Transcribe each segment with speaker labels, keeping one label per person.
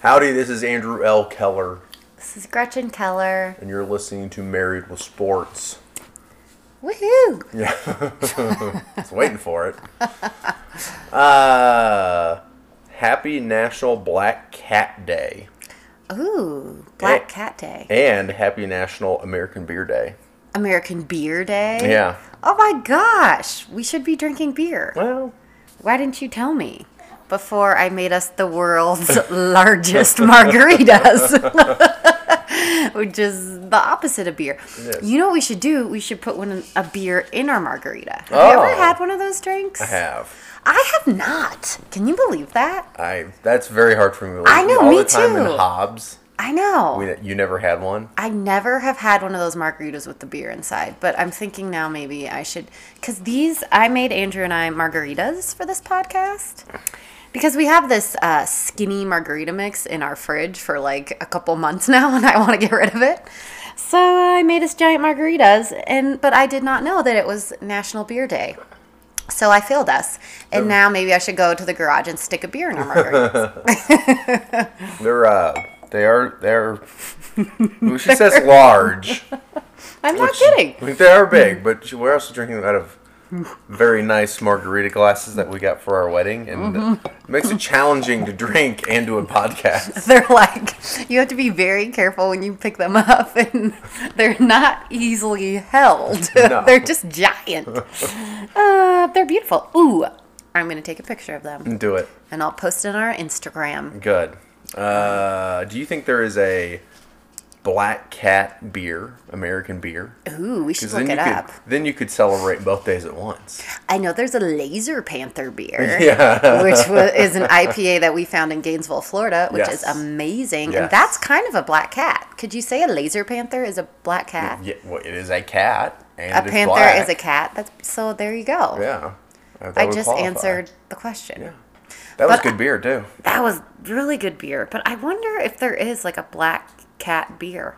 Speaker 1: Howdy, this is Andrew L. Keller,
Speaker 2: This is Gretchen Keller.
Speaker 1: and you're listening to Married with Sports.
Speaker 2: Woohoo!
Speaker 1: Yeah, I was waiting for it. Uh, happy National Black Cat Day
Speaker 2: Ooh, Black
Speaker 1: Hey.
Speaker 2: Cat Day.
Speaker 1: and Happy National American Beer Day.
Speaker 2: American Beer Day.
Speaker 1: Yeah.
Speaker 2: Oh my gosh, we should be drinking beer.
Speaker 1: Well,
Speaker 2: Why didn't you tell me before I made us the world's largest margaritas? Which is the opposite of beer.
Speaker 1: is.
Speaker 2: You know what we should do? We should put one in, a beer in our margarita. Have you
Speaker 1: Oh.
Speaker 2: ever had one of those drinks?
Speaker 1: I have.
Speaker 2: I have not. Can you believe that?
Speaker 1: I that's very hard for me. to
Speaker 2: I
Speaker 1: believe.
Speaker 2: know,
Speaker 1: All
Speaker 2: me
Speaker 1: the time in
Speaker 2: too.
Speaker 1: Hobbs,
Speaker 2: I know.
Speaker 1: we, you never had one.
Speaker 2: I never have had one of those margaritas with the beer inside, but I'm thinking now maybe I should because these I made Andrew and I margaritas for this podcast because we have this uh, skinny margarita mix in our fridge for like a couple months now, and I want to get rid of it. So I made us giant margaritas, and but I did not know that it was National Beer Day. So I failed us, and now maybe I should go to the garage and stick a beer in our margarita.
Speaker 1: They're uh, they are they're. well, she says large.
Speaker 2: I'm not
Speaker 1: Which-
Speaker 2: kidding.
Speaker 1: I mean, they are big, but she- we're also drinking them out of very nice margarita glasses that we got for our wedding, and
Speaker 2: Mm-hmm.
Speaker 1: it makes it challenging to drink and do a podcast.
Speaker 2: they're like you have to be very careful when you pick them up and they're not easily held
Speaker 1: No.
Speaker 2: they're just giant uh, they're beautiful ooh i'm gonna take a picture of them
Speaker 1: Do it
Speaker 2: and i'll post it on our instagram
Speaker 1: good. Uh, do you think there is a black cat beer, American beer?
Speaker 2: ooh we should
Speaker 1: 'Cause
Speaker 2: look
Speaker 1: you
Speaker 2: it
Speaker 1: could,
Speaker 2: up
Speaker 1: Then you could celebrate both days at once.
Speaker 2: i know there's a laser panther beer
Speaker 1: Yeah.
Speaker 2: which was, is an ipa that we found in gainesville florida which
Speaker 1: Yes.
Speaker 2: is amazing
Speaker 1: Yes.
Speaker 2: and that's kind of a black cat could you say a laser panther is a black cat
Speaker 1: yeah well, it is a cat. And
Speaker 2: a
Speaker 1: it's
Speaker 2: panther
Speaker 1: black.
Speaker 2: is a cat that's so there you go
Speaker 1: Yeah. Uh, that
Speaker 2: I
Speaker 1: would
Speaker 2: just
Speaker 1: qualify.
Speaker 2: answered the question.
Speaker 1: Yeah. That was
Speaker 2: But-
Speaker 1: good beer too.
Speaker 2: That was really good beer, but I wonder if there is like a black cat beer.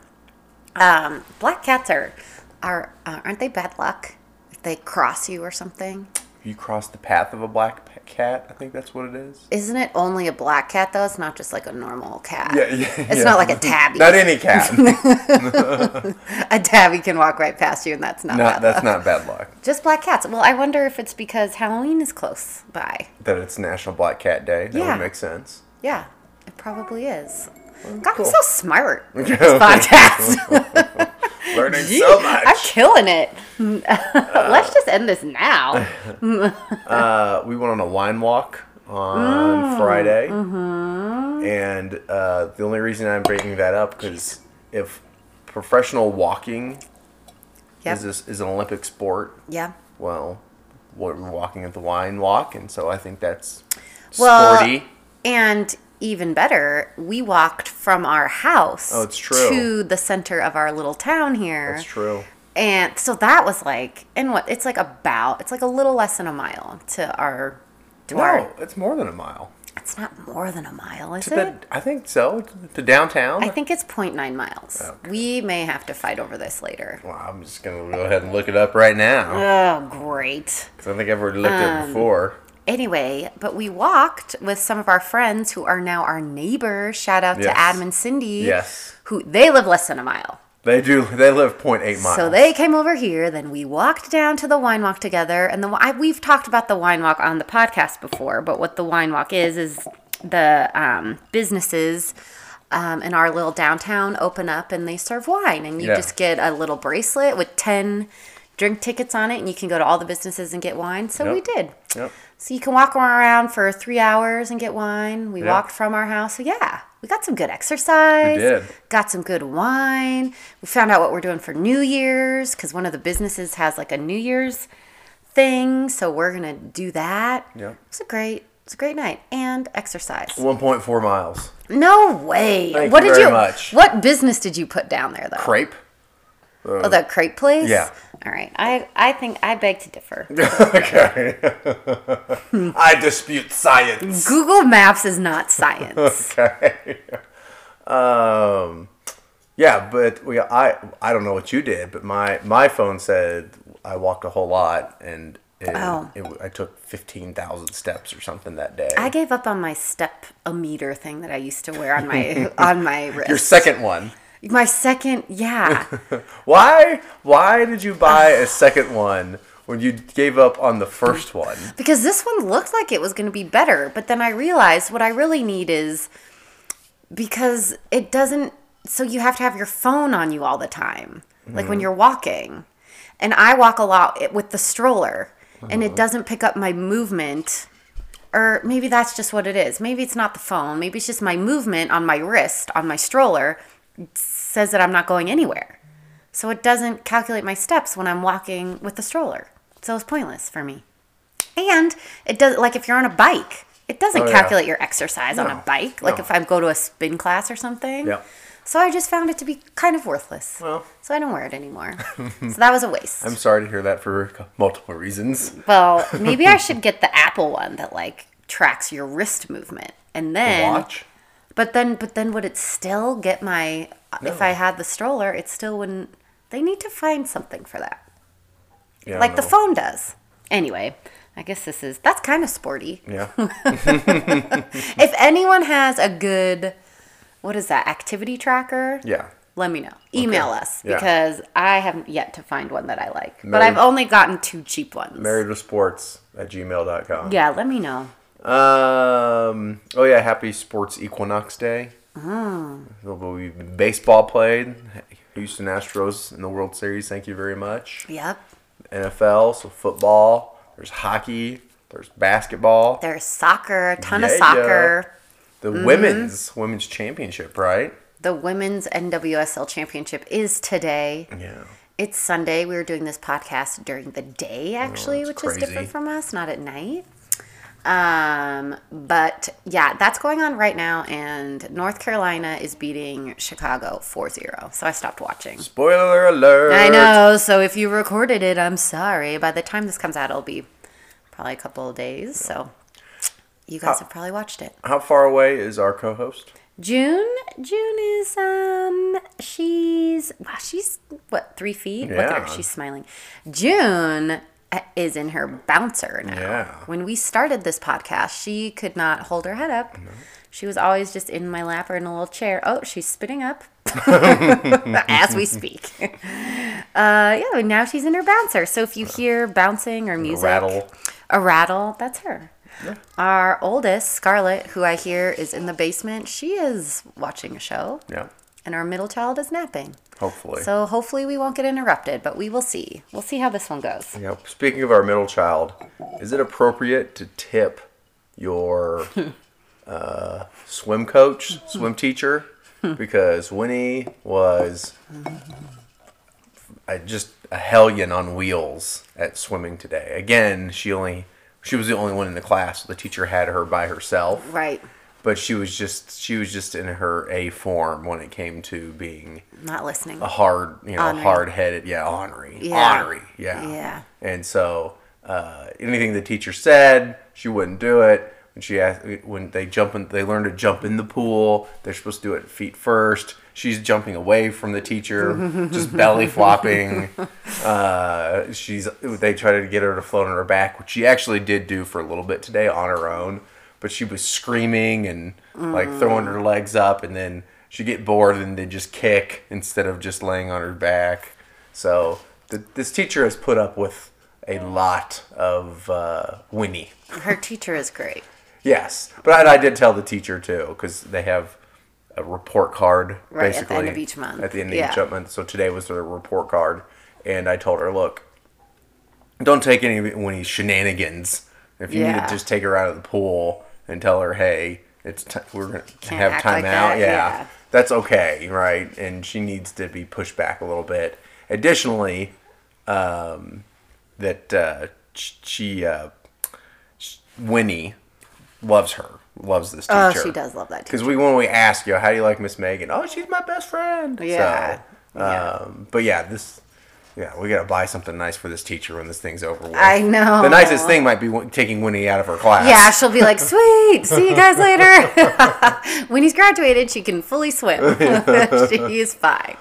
Speaker 2: Um, black cats are are uh, aren't they bad luck if they cross you or something?
Speaker 1: You cross the path of a black pa- cat. I think that's what it is.
Speaker 2: Isn't it only a black cat though? It's not just like a normal cat.
Speaker 1: Yeah, yeah,
Speaker 2: It's
Speaker 1: yeah.
Speaker 2: not like a tabby.
Speaker 1: Not any cat. no,
Speaker 2: a tabby can walk right past you, and that's not bad luck.
Speaker 1: that's not bad luck.
Speaker 2: Just black cats. Well, I wonder if it's because Halloween is close by.
Speaker 1: That it's National Black Cat Day. That
Speaker 2: Yeah.
Speaker 1: would make sense.
Speaker 2: Yeah, it probably is. God,
Speaker 1: cool.
Speaker 2: I'm so smart. with This podcast.
Speaker 1: Learning
Speaker 2: Gee,
Speaker 1: so much.
Speaker 2: I'm killing it. Let's just end this now.
Speaker 1: uh, we went on a wine walk
Speaker 2: Mm,
Speaker 1: on Friday,
Speaker 2: mm-hmm.
Speaker 1: and uh, the only reason I'm bringing that up because if professional walking
Speaker 2: Yep.
Speaker 1: is this, is an Olympic sport,
Speaker 2: Yeah.
Speaker 1: well, we're walking at the wine walk, and so I think that's
Speaker 2: Well,
Speaker 1: sporty.
Speaker 2: And even better, we walked from our house
Speaker 1: Oh, it's true.
Speaker 2: to the center of our little town here.
Speaker 1: That's true.
Speaker 2: And so that was like and what it's like about it's like a little less than a mile to our to
Speaker 1: No,
Speaker 2: our
Speaker 1: it's more than a mile.
Speaker 2: it's not more than a mile, is
Speaker 1: To
Speaker 2: it?
Speaker 1: the, I think so. To, to downtown.
Speaker 2: I think it's 0.9 miles.
Speaker 1: Oh, Okay.
Speaker 2: We may have to fight over this later.
Speaker 1: Well, I'm just gonna go ahead and look it up right now
Speaker 2: Oh, great.
Speaker 1: 'cause I think I've already looked
Speaker 2: Um,
Speaker 1: at it before.
Speaker 2: Anyway, but we walked with some of our friends who are now our neighbors. Shout out
Speaker 1: Yes.
Speaker 2: to Adam and Cindy.
Speaker 1: Yes.
Speaker 2: Who they live less than a mile.
Speaker 1: They do. They live 0.8 miles.
Speaker 2: So they came over here, then we walked down to the wine walk together. And the wi- I, we've talked about the wine walk on the podcast before, but what the wine walk is is the um, businesses um, in our little downtown open up and they serve wine, and you
Speaker 1: Yeah.
Speaker 2: just get a little bracelet with ten drink tickets on it, and you can go to all the businesses and get wine. So we
Speaker 1: Yep.
Speaker 2: did.
Speaker 1: Yep.
Speaker 2: So you can walk around for three hours and get wine. We
Speaker 1: Yeah.
Speaker 2: walked from our house. So yeah, we got some good exercise.
Speaker 1: We did.
Speaker 2: Got some good wine. We found out what we're doing for New Year's because one of the businesses has like a New Year's thing. So we're gonna do that.
Speaker 1: Yeah.
Speaker 2: It's a great. It's a great night and exercise.
Speaker 1: 1.4 miles.
Speaker 2: No way.
Speaker 1: Thank
Speaker 2: what
Speaker 1: you
Speaker 2: did
Speaker 1: very
Speaker 2: you?
Speaker 1: much.
Speaker 2: What business did you put down there though?
Speaker 1: Crepe.
Speaker 2: Oh, the crepe place.
Speaker 1: Yeah.
Speaker 2: All right. I I think I beg to differ.
Speaker 1: okay. I dispute science.
Speaker 2: Google Maps is not science.
Speaker 1: Okay.
Speaker 2: Mm.
Speaker 1: um. Yeah, but we I I don't know what you did, but my my phone said I walked a whole lot, and And
Speaker 2: Oh.
Speaker 1: it, I took 15,000 steps or something that day.
Speaker 2: I gave up on my step a meter thing that I used to wear on my on my wrist.
Speaker 1: Your second one.
Speaker 2: my second, yeah.
Speaker 1: Why? Why did you buy a second one when you gave up on the first one?
Speaker 2: because this one looked like it was going to be better but then i realized what i really need is because it doesn't so you have to have your phone on you all the time like
Speaker 1: Mm-hmm.
Speaker 2: when you're walking and i walk a lot i- with the stroller and
Speaker 1: Uh-huh.
Speaker 2: it doesn't pick up my movement or maybe that's just what it is maybe it's not the phone maybe it's just my movement on my wrist on my stroller says that i'm not going anywhere so it doesn't calculate my steps when i'm walking with the stroller so it's pointless for me and it does like if you're on a bike, it doesn't
Speaker 1: Oh, yeah.
Speaker 2: calculate your exercise on a
Speaker 1: No,
Speaker 2: bike. Like
Speaker 1: no.
Speaker 2: if I go to a spin class or something.
Speaker 1: Yeah.
Speaker 2: So I just found it to be kind of worthless.
Speaker 1: Well.
Speaker 2: so I don't wear it anymore. so that was a waste.
Speaker 1: I'm sorry to hear that for multiple reasons.
Speaker 2: well, maybe I should get the Apple one that like tracks your wrist movement. And then
Speaker 1: Watch.
Speaker 2: But then but then would it still get my if
Speaker 1: No.
Speaker 2: I had the stroller, it still wouldn't they need to find something for that.
Speaker 1: Yeah, I
Speaker 2: like the
Speaker 1: know.
Speaker 2: phone does. Anyway, I guess this is that's kind of sporty.
Speaker 1: Yeah.
Speaker 2: if anyone has a good what is that activity tracker
Speaker 1: Yeah.
Speaker 2: let me know email us
Speaker 1: Yeah.
Speaker 2: because i haven't yet to find one that i like
Speaker 1: Married-
Speaker 2: but i've only gotten two cheap ones
Speaker 1: Married with sports at gmail.com.
Speaker 2: yeah let me know
Speaker 1: Um. Oh yeah. Happy Sports Equinox Day.
Speaker 2: Mm.
Speaker 1: There'll be baseball played. Houston Astros in the World Series. Thank you very much.
Speaker 2: yep
Speaker 1: NFL. So football. There's hockey. There's basketball.
Speaker 2: there's soccer a ton of
Speaker 1: Yeah, yeah.
Speaker 2: soccer
Speaker 1: the
Speaker 2: Mm-hmm.
Speaker 1: women's women's championship, right?
Speaker 2: the women's nwsl championship is today
Speaker 1: Yeah.
Speaker 2: it's sunday we were doing this podcast during the day actually
Speaker 1: Oh, that's
Speaker 2: which is
Speaker 1: crazy.
Speaker 2: different from us not at night um but yeah that's going on right now and north carolina is beating chicago 4-0 so i stopped watching
Speaker 1: Spoiler alert.
Speaker 2: i know so if you recorded it i'm sorry by the time this comes out it'll be probably a couple of days so you guys have probably watched it
Speaker 1: How far away is our co-host?
Speaker 2: june june is um she's wow she's what three feet look at
Speaker 1: Yeah.
Speaker 2: her she's smiling june uh, is in her bouncer now
Speaker 1: Yeah.
Speaker 2: when we started this podcast she could not hold her head up she was always just in my lap or in a little chair oh she's spitting up as we speak uh yeah and now she's in her bouncer so if you hear bouncing or music
Speaker 1: rattle.
Speaker 2: a rattle that's her our oldest scarlett who i hear is in the basement she is watching a show
Speaker 1: Yeah.
Speaker 2: and our middle child is napping
Speaker 1: Hopefully.
Speaker 2: so hopefully we won't get interrupted but we will see we'll see how this one goes
Speaker 1: Yeah. Speaking of our middle child, is it appropriate to tip your uh, swim coach, swim teacher? Because Winnie was I just a hellion on wheels at swimming today. Again, she only she was the only one in the class. The teacher had her by herself.
Speaker 2: right
Speaker 1: But she was just she was just in her A form when it came to being
Speaker 2: not listening
Speaker 1: a hard, you know,
Speaker 2: Honorary.
Speaker 1: hard headed, yeah, honorary,
Speaker 2: Yeah.
Speaker 1: honorary, yeah,
Speaker 2: Yeah.
Speaker 1: And so, uh, anything the teacher said, she wouldn't do it. When she asked, when they jump in, they learn to jump in the pool. They're supposed to do it feet first. She's jumping away from the teacher, just belly flopping. Uh, she's they tried to get her to float on her back, which she actually did do for a little bit today on her own. But she was screaming and like throwing her legs up, and then she'd get bored and then just kick instead of just laying on her back. So th- this teacher has put up with a lot of uh, Winnie.
Speaker 2: her teacher is great
Speaker 1: Yes, but I, I did tell the teacher too because they have a report card
Speaker 2: Right, at the end
Speaker 1: basically
Speaker 2: of each month.
Speaker 1: At the end of
Speaker 2: Yeah.
Speaker 1: each month, so today was their report card, and I told her, look, don't take any of Winnie's shenanigans. If you need
Speaker 2: Yeah.
Speaker 1: to just take her out of the pool and tell her, hey, it's t- we're gonna have
Speaker 2: act
Speaker 1: time
Speaker 2: like
Speaker 1: out.
Speaker 2: that,
Speaker 1: Yeah.
Speaker 2: yeah.
Speaker 1: that's okay, right? And she needs to be pushed back a little bit. Additionally, um, that uh, sh- she uh, sh- Winnie loves her, loves this
Speaker 2: oh
Speaker 1: teacher.
Speaker 2: she does love that teacher
Speaker 1: Because we when we ask you, how do you like Miss Megan? Oh, she's my best friend.
Speaker 2: Yeah.
Speaker 1: So, um, But yeah, this Yeah, we gotta buy something nice for this teacher when this thing's over with.
Speaker 2: I know.
Speaker 1: The nicest thing might be w- taking Winnie out of her class.
Speaker 2: Yeah, she'll be like, sweet, see you guys later. when he's graduated, she can fully swim. she is fine.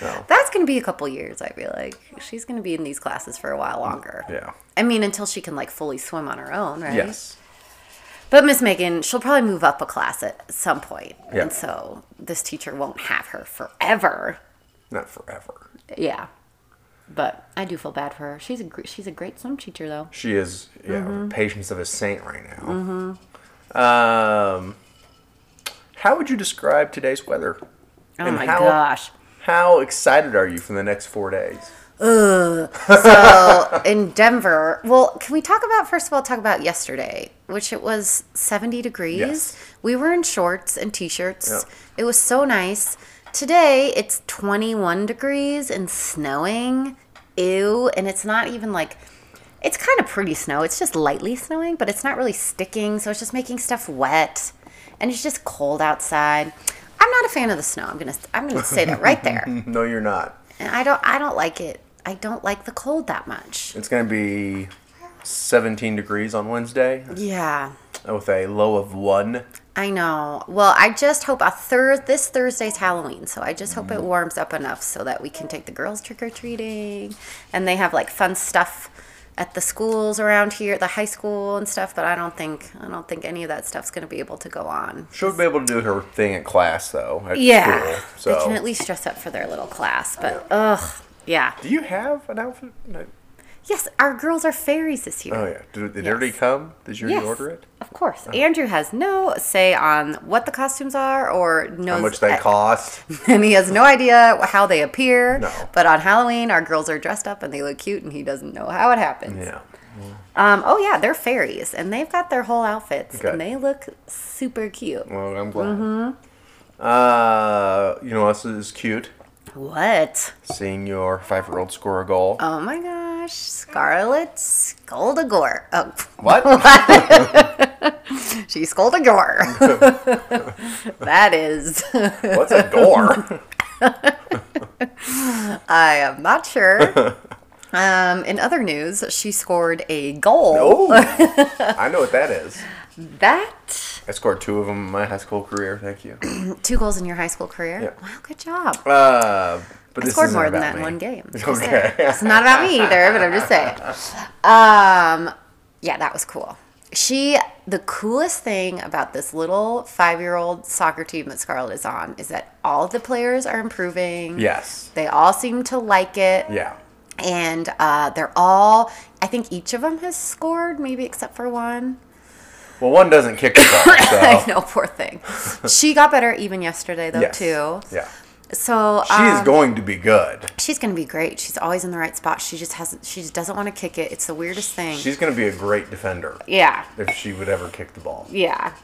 Speaker 2: That's going to be a couple years, I feel like. She's going to be in these classes for a while longer.
Speaker 1: Yeah.
Speaker 2: I mean, until she can like fully swim on her own, right?
Speaker 1: Yes.
Speaker 2: But Miss Megan, she'll probably move up a class at some point.
Speaker 1: Yeah.
Speaker 2: And so this teacher won't have her forever.
Speaker 1: Not forever.
Speaker 2: Yeah. But I do feel bad for her. She's a gr- she's a great swim teacher though.
Speaker 1: She is yeah,
Speaker 2: Mm-hmm.
Speaker 1: patience of a saint right now. Um, how would you describe today's weather?
Speaker 2: Oh
Speaker 1: And
Speaker 2: my
Speaker 1: how-
Speaker 2: gosh.
Speaker 1: How excited are you for the next four days?
Speaker 2: so in Denver, well, can we talk about first of all talk about yesterday, which it was 70 degrees.
Speaker 1: Yes.
Speaker 2: We were in shorts and t-shirts.
Speaker 1: Yeah.
Speaker 2: It was so nice. Today it's 21 degrees and snowing. Ew, and it's not even like it's kind of pretty snow. It's just lightly snowing, but it's not really sticking, so it's just making stuff wet. And it's just cold outside. I'm not a fan of the snow. I'm going to I'm going to say that right there.
Speaker 1: No, you're not.
Speaker 2: And I don't I don't like it. I don't like the cold that much.
Speaker 1: It's going to be 17 degrees on Wednesday
Speaker 2: Yeah.
Speaker 1: with a low of one.
Speaker 2: I know. Well, I just hope a thir- this Thursday's Halloween, so I just hope it warms up enough so that we can take the girls trick or treating and they have like fun stuff at the schools around here, the high school and stuff, but I don't think I don't think any of that stuff's going to be able to go on.
Speaker 1: She'll be able to do her thing at class though. At
Speaker 2: Yeah.
Speaker 1: School, so
Speaker 2: They can at least dress up for their little class, but ugh, yeah.
Speaker 1: do you have an outfit? No.
Speaker 2: Yes, our girls are fairies this year.
Speaker 1: Oh yeah. Did, did it already come? Did you
Speaker 2: Yes,
Speaker 1: already order it? Uh-huh.
Speaker 2: Of course. Andrew has no say on what the costumes are or knows
Speaker 1: How much they cost?
Speaker 2: and he has no idea how they appear.
Speaker 1: No.
Speaker 2: But on Halloween, our girls are dressed up and they look cute, and he doesn't know how it happens.
Speaker 1: Yeah.
Speaker 2: Um, oh yeah, they're fairies, and they've got their whole outfits,
Speaker 1: Okay.
Speaker 2: and they look super cute.
Speaker 1: Well, I'm glad.
Speaker 2: Mm-hmm.
Speaker 1: Uh, you know, what else is cute.
Speaker 2: What?
Speaker 1: Seeing your five-year-old score a goal.
Speaker 2: Oh my gosh, Scarlet Scoldagore. Oh,
Speaker 1: what?
Speaker 2: she's Scoldagore. that is.
Speaker 1: What's a gore?
Speaker 2: I am not sure. Um, in other news, she scored a goal.
Speaker 1: oh, I know what that is.
Speaker 2: That
Speaker 1: I scored two of them in my high school career. Thank you.
Speaker 2: two goals in your high school career.
Speaker 1: Yeah.
Speaker 2: Wow, good job.
Speaker 1: Uh, but
Speaker 2: I
Speaker 1: this
Speaker 2: scored
Speaker 1: isn't
Speaker 2: more
Speaker 1: about
Speaker 2: than that
Speaker 1: me.
Speaker 2: in one game. It's just
Speaker 1: Okay.
Speaker 2: saying. it's not about me either, but I'm just saying. Um, yeah, that was cool. She, the coolest thing about this little five year old soccer team that Scarlett is on is that all the players are improving.
Speaker 1: Yes.
Speaker 2: They all seem to like it.
Speaker 1: Yeah.
Speaker 2: And uh, they're all, I think each of them has scored, maybe except for one.
Speaker 1: Well, one doesn't kick the ball, so
Speaker 2: I know, poor thing. she got better even yesterday, though,
Speaker 1: yes.
Speaker 2: too.
Speaker 1: Yeah.
Speaker 2: So
Speaker 1: She
Speaker 2: um,
Speaker 1: is going to be good.
Speaker 2: she's gonna be great. She's always in the right spot. She just hasn't. She just doesn't want to kick it. It's the weirdest thing.
Speaker 1: She's going to be a great defender
Speaker 2: yeah,
Speaker 1: if she would ever kick the ball.
Speaker 2: yeah.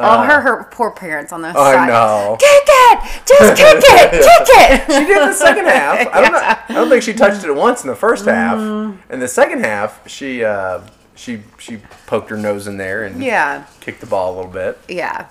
Speaker 2: oh, her her poor parents on the
Speaker 1: Uh. I
Speaker 2: side.
Speaker 1: know.
Speaker 2: Kick it! Just kick it! Kick it! She
Speaker 1: did the second half. I don't, know, I don't think she touched it once in the first half.
Speaker 2: Mm.
Speaker 1: In the second half, she uh, she she poked her nose in there and
Speaker 2: Yeah.
Speaker 1: kicked the ball a little bit.
Speaker 2: Yeah.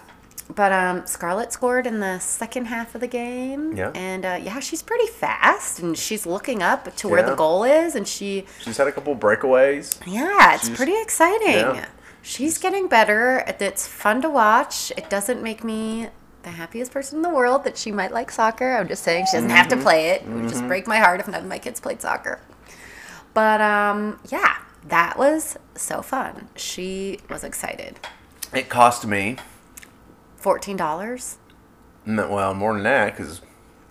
Speaker 2: But um, Scarlett scored in the second half of the game.
Speaker 1: Yeah.
Speaker 2: And uh, yeah, she's pretty fast, and she's looking up to where the
Speaker 1: Yeah.
Speaker 2: goal is, and she
Speaker 1: She's had a couple breakaways.
Speaker 2: Yeah, it's
Speaker 1: She's-
Speaker 2: pretty exciting.
Speaker 1: yeah.
Speaker 2: She's getting better. It's fun to watch. It doesn't make me the happiest person in the world that she might like soccer. I'm just saying she doesn't have to
Speaker 1: Mm-hmm.
Speaker 2: play it. It would just break my heart if none of my kids played soccer. But um, yeah, that was so fun. She was excited.
Speaker 1: It cost me
Speaker 2: Fourteen dollars.
Speaker 1: mm, well more than that because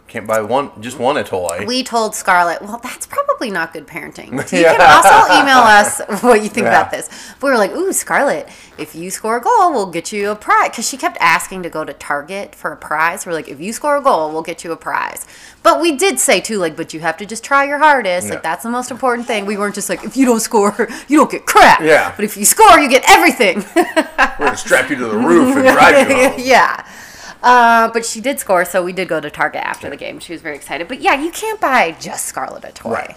Speaker 1: can't buy one just one a toy.
Speaker 2: We told Scarlett, well, that's probably not good parenting. You can
Speaker 1: Yeah.
Speaker 2: also email us what you think
Speaker 1: Yeah.
Speaker 2: about this. But we were like, ooh, Scarlett, if you score a goal, we'll get you a prize. Because she kept asking to go to Target for a prize. We're like, if you score a goal, we'll get you a prize. But we did say, too, like, but you have to just try your hardest.
Speaker 1: Yeah.
Speaker 2: Like, that's the most important thing. We weren't just like, if you don't score, you don't get crap.
Speaker 1: Yeah.
Speaker 2: But if you score, you get everything.
Speaker 1: We're gonna strap you to the roof and drive you home.
Speaker 2: yeah. Uh, but she did score, so we did go to Target after the game. She was very excited. But yeah, you can't buy just Scarlett a toy.
Speaker 1: Right.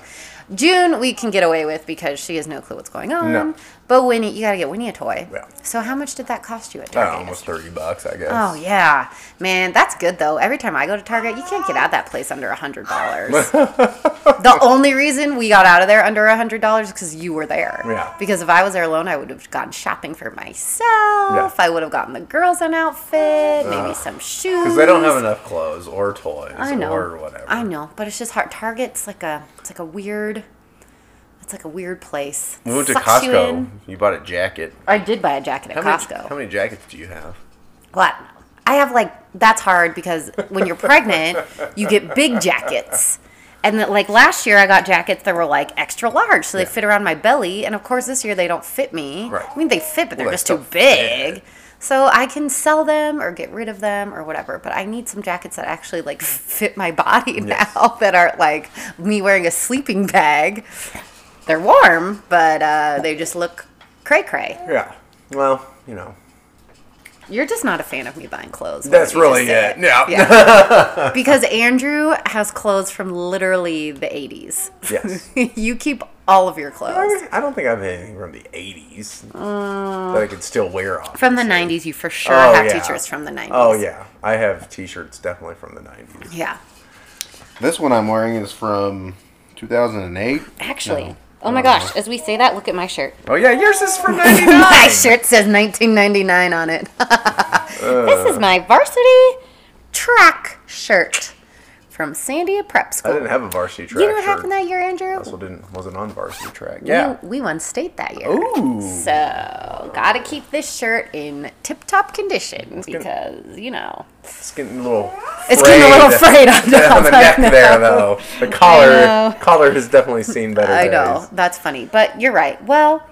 Speaker 2: June, we can get away with because she has no clue what's going on.
Speaker 1: No.
Speaker 2: But Winnie, you gotta get Winnie a toy.
Speaker 1: Yeah. Oh,
Speaker 2: So how much did that cost you at
Speaker 1: I don't
Speaker 2: Target?
Speaker 1: know, Uh, almost thirty bucks, I guess.
Speaker 2: Oh yeah, man, that's good though. Every time I go to Target, you can't get out of that place under a hundred dollars. the only reason we got out of there under a hundred dollars because you were there.
Speaker 1: Yeah.
Speaker 2: Because if I was there alone, I would have gone shopping for myself.
Speaker 1: Yeah.
Speaker 2: I would have gotten the girls an outfit, maybe some shoes.
Speaker 1: Because they don't have enough clothes or toys
Speaker 2: I know.
Speaker 1: or whatever.
Speaker 2: I know, but it's just hard. Target's like a, it's like a weird, it's like a weird place.
Speaker 1: We went to
Speaker 2: Sucks you
Speaker 1: Costco.
Speaker 2: in.
Speaker 1: You, bought a jacket.
Speaker 2: I did buy a jacket
Speaker 1: How
Speaker 2: at
Speaker 1: many-
Speaker 2: Costco.
Speaker 1: how many jackets do you have?
Speaker 2: What? I have like that's hard because when you're pregnant, you get big jackets. And that, like last year, I got jackets that were like extra large, so they
Speaker 1: Yeah.
Speaker 2: fit around my belly. And of course, this year they don't fit me.
Speaker 1: Right.
Speaker 2: I mean, they fit, but they're
Speaker 1: Well, they
Speaker 2: just too
Speaker 1: still
Speaker 2: big.
Speaker 1: fit.
Speaker 2: So I can sell them or get rid of them or whatever. But I need some jackets that actually like fit my body
Speaker 1: Yes.
Speaker 2: now that aren't like me wearing a sleeping bag. They're warm, but uh, they just look cray cray.
Speaker 1: Yeah. Well, you know.
Speaker 2: You're just not a fan of me buying clothes.
Speaker 1: That's
Speaker 2: whatever you
Speaker 1: really
Speaker 2: just
Speaker 1: it.
Speaker 2: said.
Speaker 1: Yeah.
Speaker 2: Yeah. because Andrew has clothes from literally the 80s.
Speaker 1: Yes.
Speaker 2: you keep all of your
Speaker 1: I,
Speaker 2: clothes.
Speaker 1: mean, I don't think I have anything from the 80s
Speaker 2: Uh,
Speaker 1: that I could still wear off.
Speaker 2: From the 90s, you for sure
Speaker 1: Oh,
Speaker 2: have
Speaker 1: yeah.
Speaker 2: t-shirts from the 90s.
Speaker 1: Oh, yeah. I have t shirts definitely from the 90s.
Speaker 2: Yeah.
Speaker 1: This one I'm wearing is from 2008.
Speaker 2: Actually.
Speaker 1: No.
Speaker 2: Oh my gosh, as we say that, look at my shirt.
Speaker 1: Oh, yeah. Yours is from 99.
Speaker 2: My shirt says 1999 on it. this is my varsity track shirt from Sandia Prep
Speaker 1: I
Speaker 2: School.
Speaker 1: didn't have a varsity track.
Speaker 2: you know what
Speaker 1: shirt.
Speaker 2: happened that year, Andrew?
Speaker 1: I also didn't, wasn't on varsity track.
Speaker 2: We-
Speaker 1: Yeah.
Speaker 2: We, won state that year.
Speaker 1: Ooh.
Speaker 2: So, gotta keep this shirt in tip top condition because, you know.
Speaker 1: It's getting a little.
Speaker 2: It's getting a little frayed on top,
Speaker 1: the
Speaker 2: I
Speaker 1: neck
Speaker 2: know.
Speaker 1: there, though. The collar
Speaker 2: know.
Speaker 1: collar has definitely seen better
Speaker 2: I
Speaker 1: days.
Speaker 2: know. That's funny. But you're right. Well,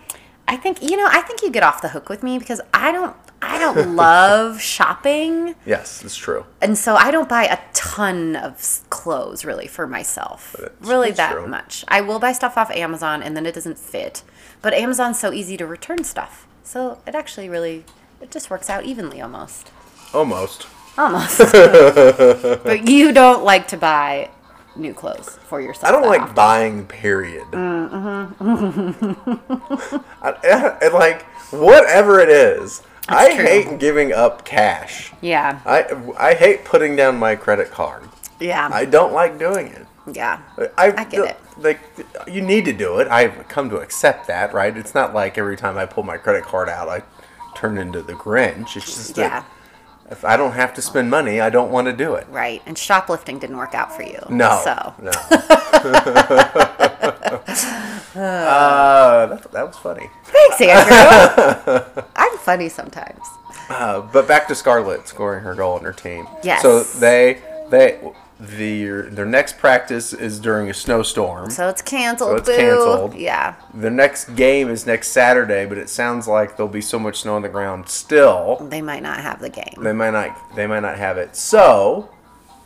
Speaker 2: I think, you know, I think you get off the hook with me because I don't. I don't love shopping,
Speaker 1: Yes, it's true.
Speaker 2: and so I don't buy a ton of s- clothes really for myself.
Speaker 1: That's-
Speaker 2: really
Speaker 1: that's
Speaker 2: that
Speaker 1: true.
Speaker 2: much. I will buy stuff off Amazon and then it doesn't fit. But Amazon's so easy to return stuff. So it actually really it just works out evenly almost.
Speaker 1: Almost.
Speaker 2: Almost. but you don't like to buy new clothes for yourself.
Speaker 1: I don't
Speaker 2: that
Speaker 1: like
Speaker 2: often.
Speaker 1: buying. Period.
Speaker 2: Mm, mm-hmm.
Speaker 1: I, I- I like whatever it is. I
Speaker 2: true.
Speaker 1: hate giving up cash.
Speaker 2: Yeah.
Speaker 1: I I hate putting down my credit card.
Speaker 2: Yeah.
Speaker 1: I don't like doing it.
Speaker 2: yeah.
Speaker 1: I,
Speaker 2: I get it.
Speaker 1: Like you need to do it. I've come to accept that, right? It's not like every time I pull my credit card out, I turn into the Grinch. It's just
Speaker 2: Yeah.
Speaker 1: that if I don't have to spend money, I don't want to do it.
Speaker 2: Right. And shoplifting didn't work out for you.
Speaker 1: No.
Speaker 2: So
Speaker 1: No. uh, that, that was funny.
Speaker 2: thanks, Andrew. I'm funny sometimes.
Speaker 1: Uh, but back to Scarlett scoring her goal in her team.
Speaker 2: Yes.
Speaker 1: So they they their their next practice is during a snowstorm.
Speaker 2: So it's canceled.
Speaker 1: So it's
Speaker 2: boo.
Speaker 1: canceled.
Speaker 2: Yeah.
Speaker 1: Their next game is next Saturday, but it sounds like there'll be so much snow on the ground still.
Speaker 2: They might not have the game.
Speaker 1: They might not they might not have it. So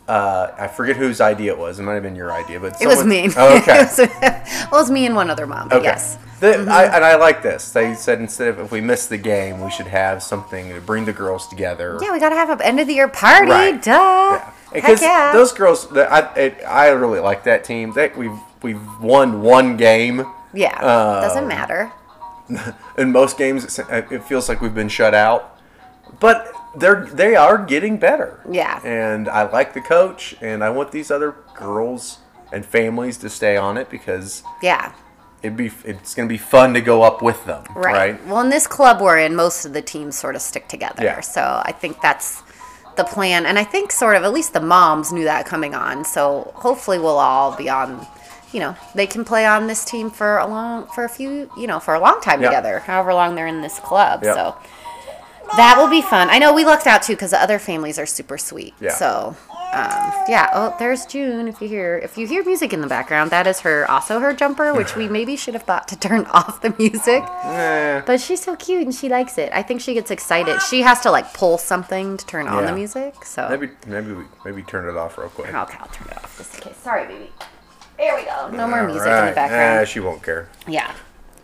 Speaker 1: uh, I forget whose idea it was. It might have been your idea, but
Speaker 2: It was
Speaker 1: someone-
Speaker 2: me.
Speaker 1: Oh, okay.
Speaker 2: It was- well, it was me and one other mom.
Speaker 1: Okay.
Speaker 2: Yes. Mm-hmm.
Speaker 1: The- I, and I like this. They said instead of if we miss the game, we should have something to bring the girls together.
Speaker 2: Yeah, we gotta have an end of the year party.
Speaker 1: Right.
Speaker 2: Duh.
Speaker 1: Yeah.
Speaker 2: Heck
Speaker 1: Because
Speaker 2: yeah.
Speaker 1: those girls, the- I it, I really like that team. That we've we've won one game.
Speaker 2: yeah.
Speaker 1: uh,
Speaker 2: Doesn't matter.
Speaker 1: In most games, it's- it feels like we've been shut out, but they're they are getting better.
Speaker 2: Yeah.
Speaker 1: And I like the coach, and I want these other girls and families to stay on it because
Speaker 2: Yeah.
Speaker 1: it'd be it's gonna be fun to go up with them.
Speaker 2: Right.
Speaker 1: right?
Speaker 2: Well, in this club we're in, most of the teams sort of stick together.
Speaker 1: Yeah.
Speaker 2: So I think that's the plan. And I think sort of at least the moms knew that coming on. So hopefully we'll all be on, you know, they can play on this team for a long, for a few, you know, for a long time
Speaker 1: Yeah.
Speaker 2: together, however long they're in this club.
Speaker 1: Yeah.
Speaker 2: So that will be fun. I know we lucked out too because the other families are super sweet.
Speaker 1: Yeah.
Speaker 2: So. Um, yeah. Oh, there's June. If you hear if you hear music in the background, that is her also her jumper, which we maybe should have thought to turn off the music.
Speaker 1: Eh.
Speaker 2: But she's so cute and she likes it. I think she gets excited. She has to like pull something to turn on
Speaker 1: Yeah.
Speaker 2: the music. So Oh,
Speaker 1: Maybe maybe we maybe turn it off real quick.
Speaker 2: okay, I'll turn it off just in case. Sorry, baby. There we go. No more music in
Speaker 1: Alright.
Speaker 2: the background.
Speaker 1: Eh, she won't care.
Speaker 2: yeah.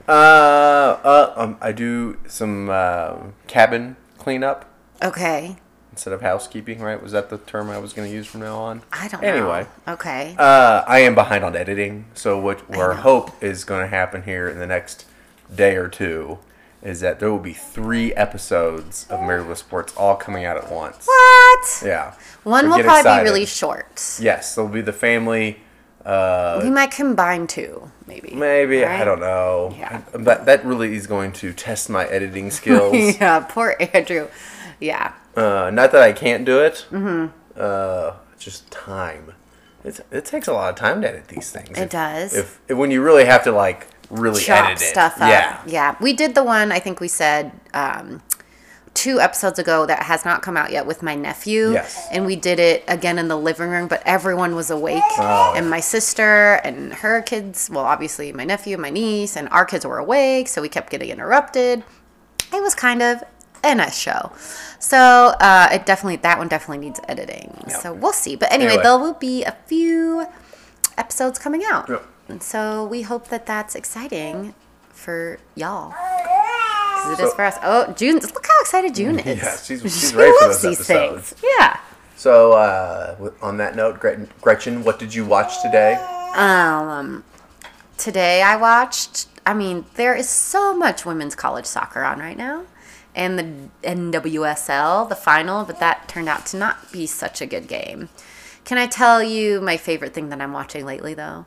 Speaker 1: Uh, uh um, I do some um cabin cleanup
Speaker 2: Okay.
Speaker 1: instead of housekeeping. Right? Was that the term I was going to use from now on?
Speaker 2: I don't know.
Speaker 1: Anyway,
Speaker 2: Okay.
Speaker 1: uh, I am behind on editing, so what our
Speaker 2: know.
Speaker 1: hope is going to happen here in the next day or two is that there will be three episodes of Married with Sports all coming out at once.
Speaker 2: What?
Speaker 1: Yeah.
Speaker 2: One
Speaker 1: So
Speaker 2: will
Speaker 1: get
Speaker 2: probably
Speaker 1: excited.
Speaker 2: be really short.
Speaker 1: Yes, there'll be the family.
Speaker 2: we
Speaker 1: Uh,
Speaker 2: might combine two, maybe.
Speaker 1: Maybe I
Speaker 2: Right?
Speaker 1: don't know.
Speaker 2: Yeah.
Speaker 1: But that really is going to test my editing skills.
Speaker 2: yeah, poor Andrew. Yeah.
Speaker 1: uh, not that I can't do it. Mm-hmm. Uh, just time. It's, it takes a lot of time to edit these things. It
Speaker 2: does.
Speaker 1: If, if when you really have to like really
Speaker 2: chop
Speaker 1: edit it.
Speaker 2: stuff up.
Speaker 1: Yeah.
Speaker 2: We did the one I think we said um, two episodes ago that has not come out yet with my nephew.
Speaker 1: Yes.
Speaker 2: And we did it again in the living room, but everyone was awake.
Speaker 1: Oh.
Speaker 2: And my sister and her kids, well, obviously my nephew, my niece, and our kids were awake, so we kept getting interrupted. It was kind of a nice show. So uh, it definitely that one definitely needs editing. So we'll see. But anyway,
Speaker 1: Anyway.
Speaker 2: there will be a few episodes coming out.
Speaker 1: Yep.
Speaker 2: And so we hope that that's exciting for y'all. 'Cause it is
Speaker 1: So-
Speaker 2: for us. Oh, June! Look how excited June is.
Speaker 1: Yeah, she's- she's
Speaker 2: She
Speaker 1: ready for
Speaker 2: loves
Speaker 1: those
Speaker 2: these
Speaker 1: episodes.
Speaker 2: things. Yeah.
Speaker 1: So uh, with- on that note, Gret- Gretchen, what did you watch today?
Speaker 2: Um, today I watched. I mean, there is so much women's college soccer on right now, and the NWSL, the final, but that turned out to not be such a good game. Can I tell you my favorite thing that I'm watching lately, though?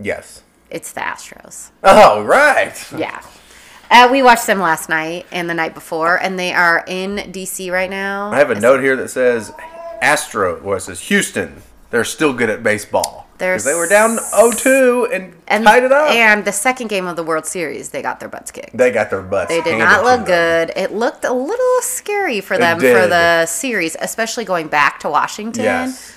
Speaker 1: Yes.
Speaker 2: It's the Astros.
Speaker 1: Oh right.
Speaker 2: Yeah. Uh, we watched them last night and the night before, and they are in DC right now.
Speaker 1: I have a note here that says Astro well it says Houston. They're still good at baseball.
Speaker 2: They're
Speaker 1: 'Cause they were down 0-2 and,
Speaker 2: and,
Speaker 1: tied it up.
Speaker 2: And the second game of the World Series, they got their butts kicked.
Speaker 1: they got their butts.
Speaker 2: They did
Speaker 1: handed
Speaker 2: not
Speaker 1: to
Speaker 2: look
Speaker 1: them.
Speaker 2: good. It looked a little scary for them for
Speaker 1: did.
Speaker 2: the series, especially going back to Washington.
Speaker 1: Yes.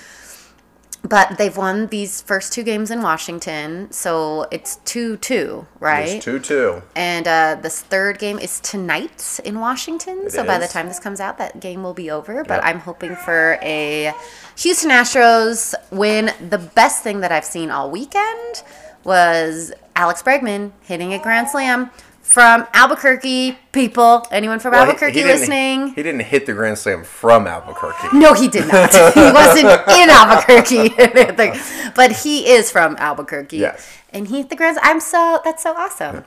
Speaker 2: But they've won these first two games in Washington, so it's 2 2, right?
Speaker 1: It's two two.
Speaker 2: And uh, this third game is tonight in Washington. so by the
Speaker 1: is.
Speaker 2: time this comes out, that game will be over. But
Speaker 1: Yep.
Speaker 2: I'm hoping for a Houston Astros win. The best thing that I've seen all weekend was Alex Bregman hitting a grand slam from Albuquerque. People, anyone from
Speaker 1: Well, he-
Speaker 2: Albuquerque
Speaker 1: he didn't-
Speaker 2: listening?
Speaker 1: He didn't hit the Grand Slam from Albuquerque.
Speaker 2: No, he did not. he wasn't in Albuquerque, but he is from Albuquerque.
Speaker 1: Yes.
Speaker 2: And he the grand. I'm so that's so awesome.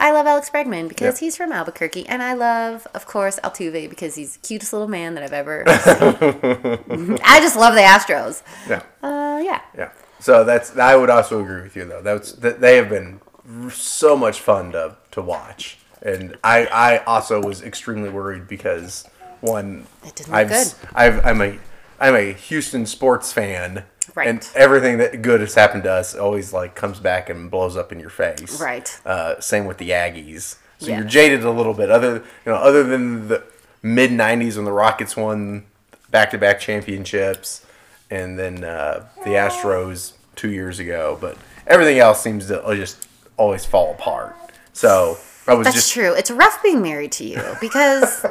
Speaker 2: I love Alex Bregman because
Speaker 1: Yep.
Speaker 2: he's from Albuquerque, and I love, of course, Altuve because he's the cutest little man that I've ever. seen. I just love the Astros.
Speaker 1: Yeah.
Speaker 2: Uh, yeah.
Speaker 1: Yeah. So that's I would also agree with you though. That's that they have been r- so much fun to to watch, and I I also was extremely worried because one
Speaker 2: It didn't look
Speaker 1: I've, s- I've I'm a I'm a Houston sports fan,
Speaker 2: Right.
Speaker 1: and everything that good has happened to us always like comes back and blows up in your face.
Speaker 2: Right.
Speaker 1: Uh, same with the Aggies. So
Speaker 2: Yeah.
Speaker 1: you're jaded a little bit. Other you know other than the mid '90s when the Rockets won back to back championships and then uh, the Astros two years ago. But everything else seems to just always fall apart. So I was
Speaker 2: That's
Speaker 1: just
Speaker 2: true. It's rough being married to you because,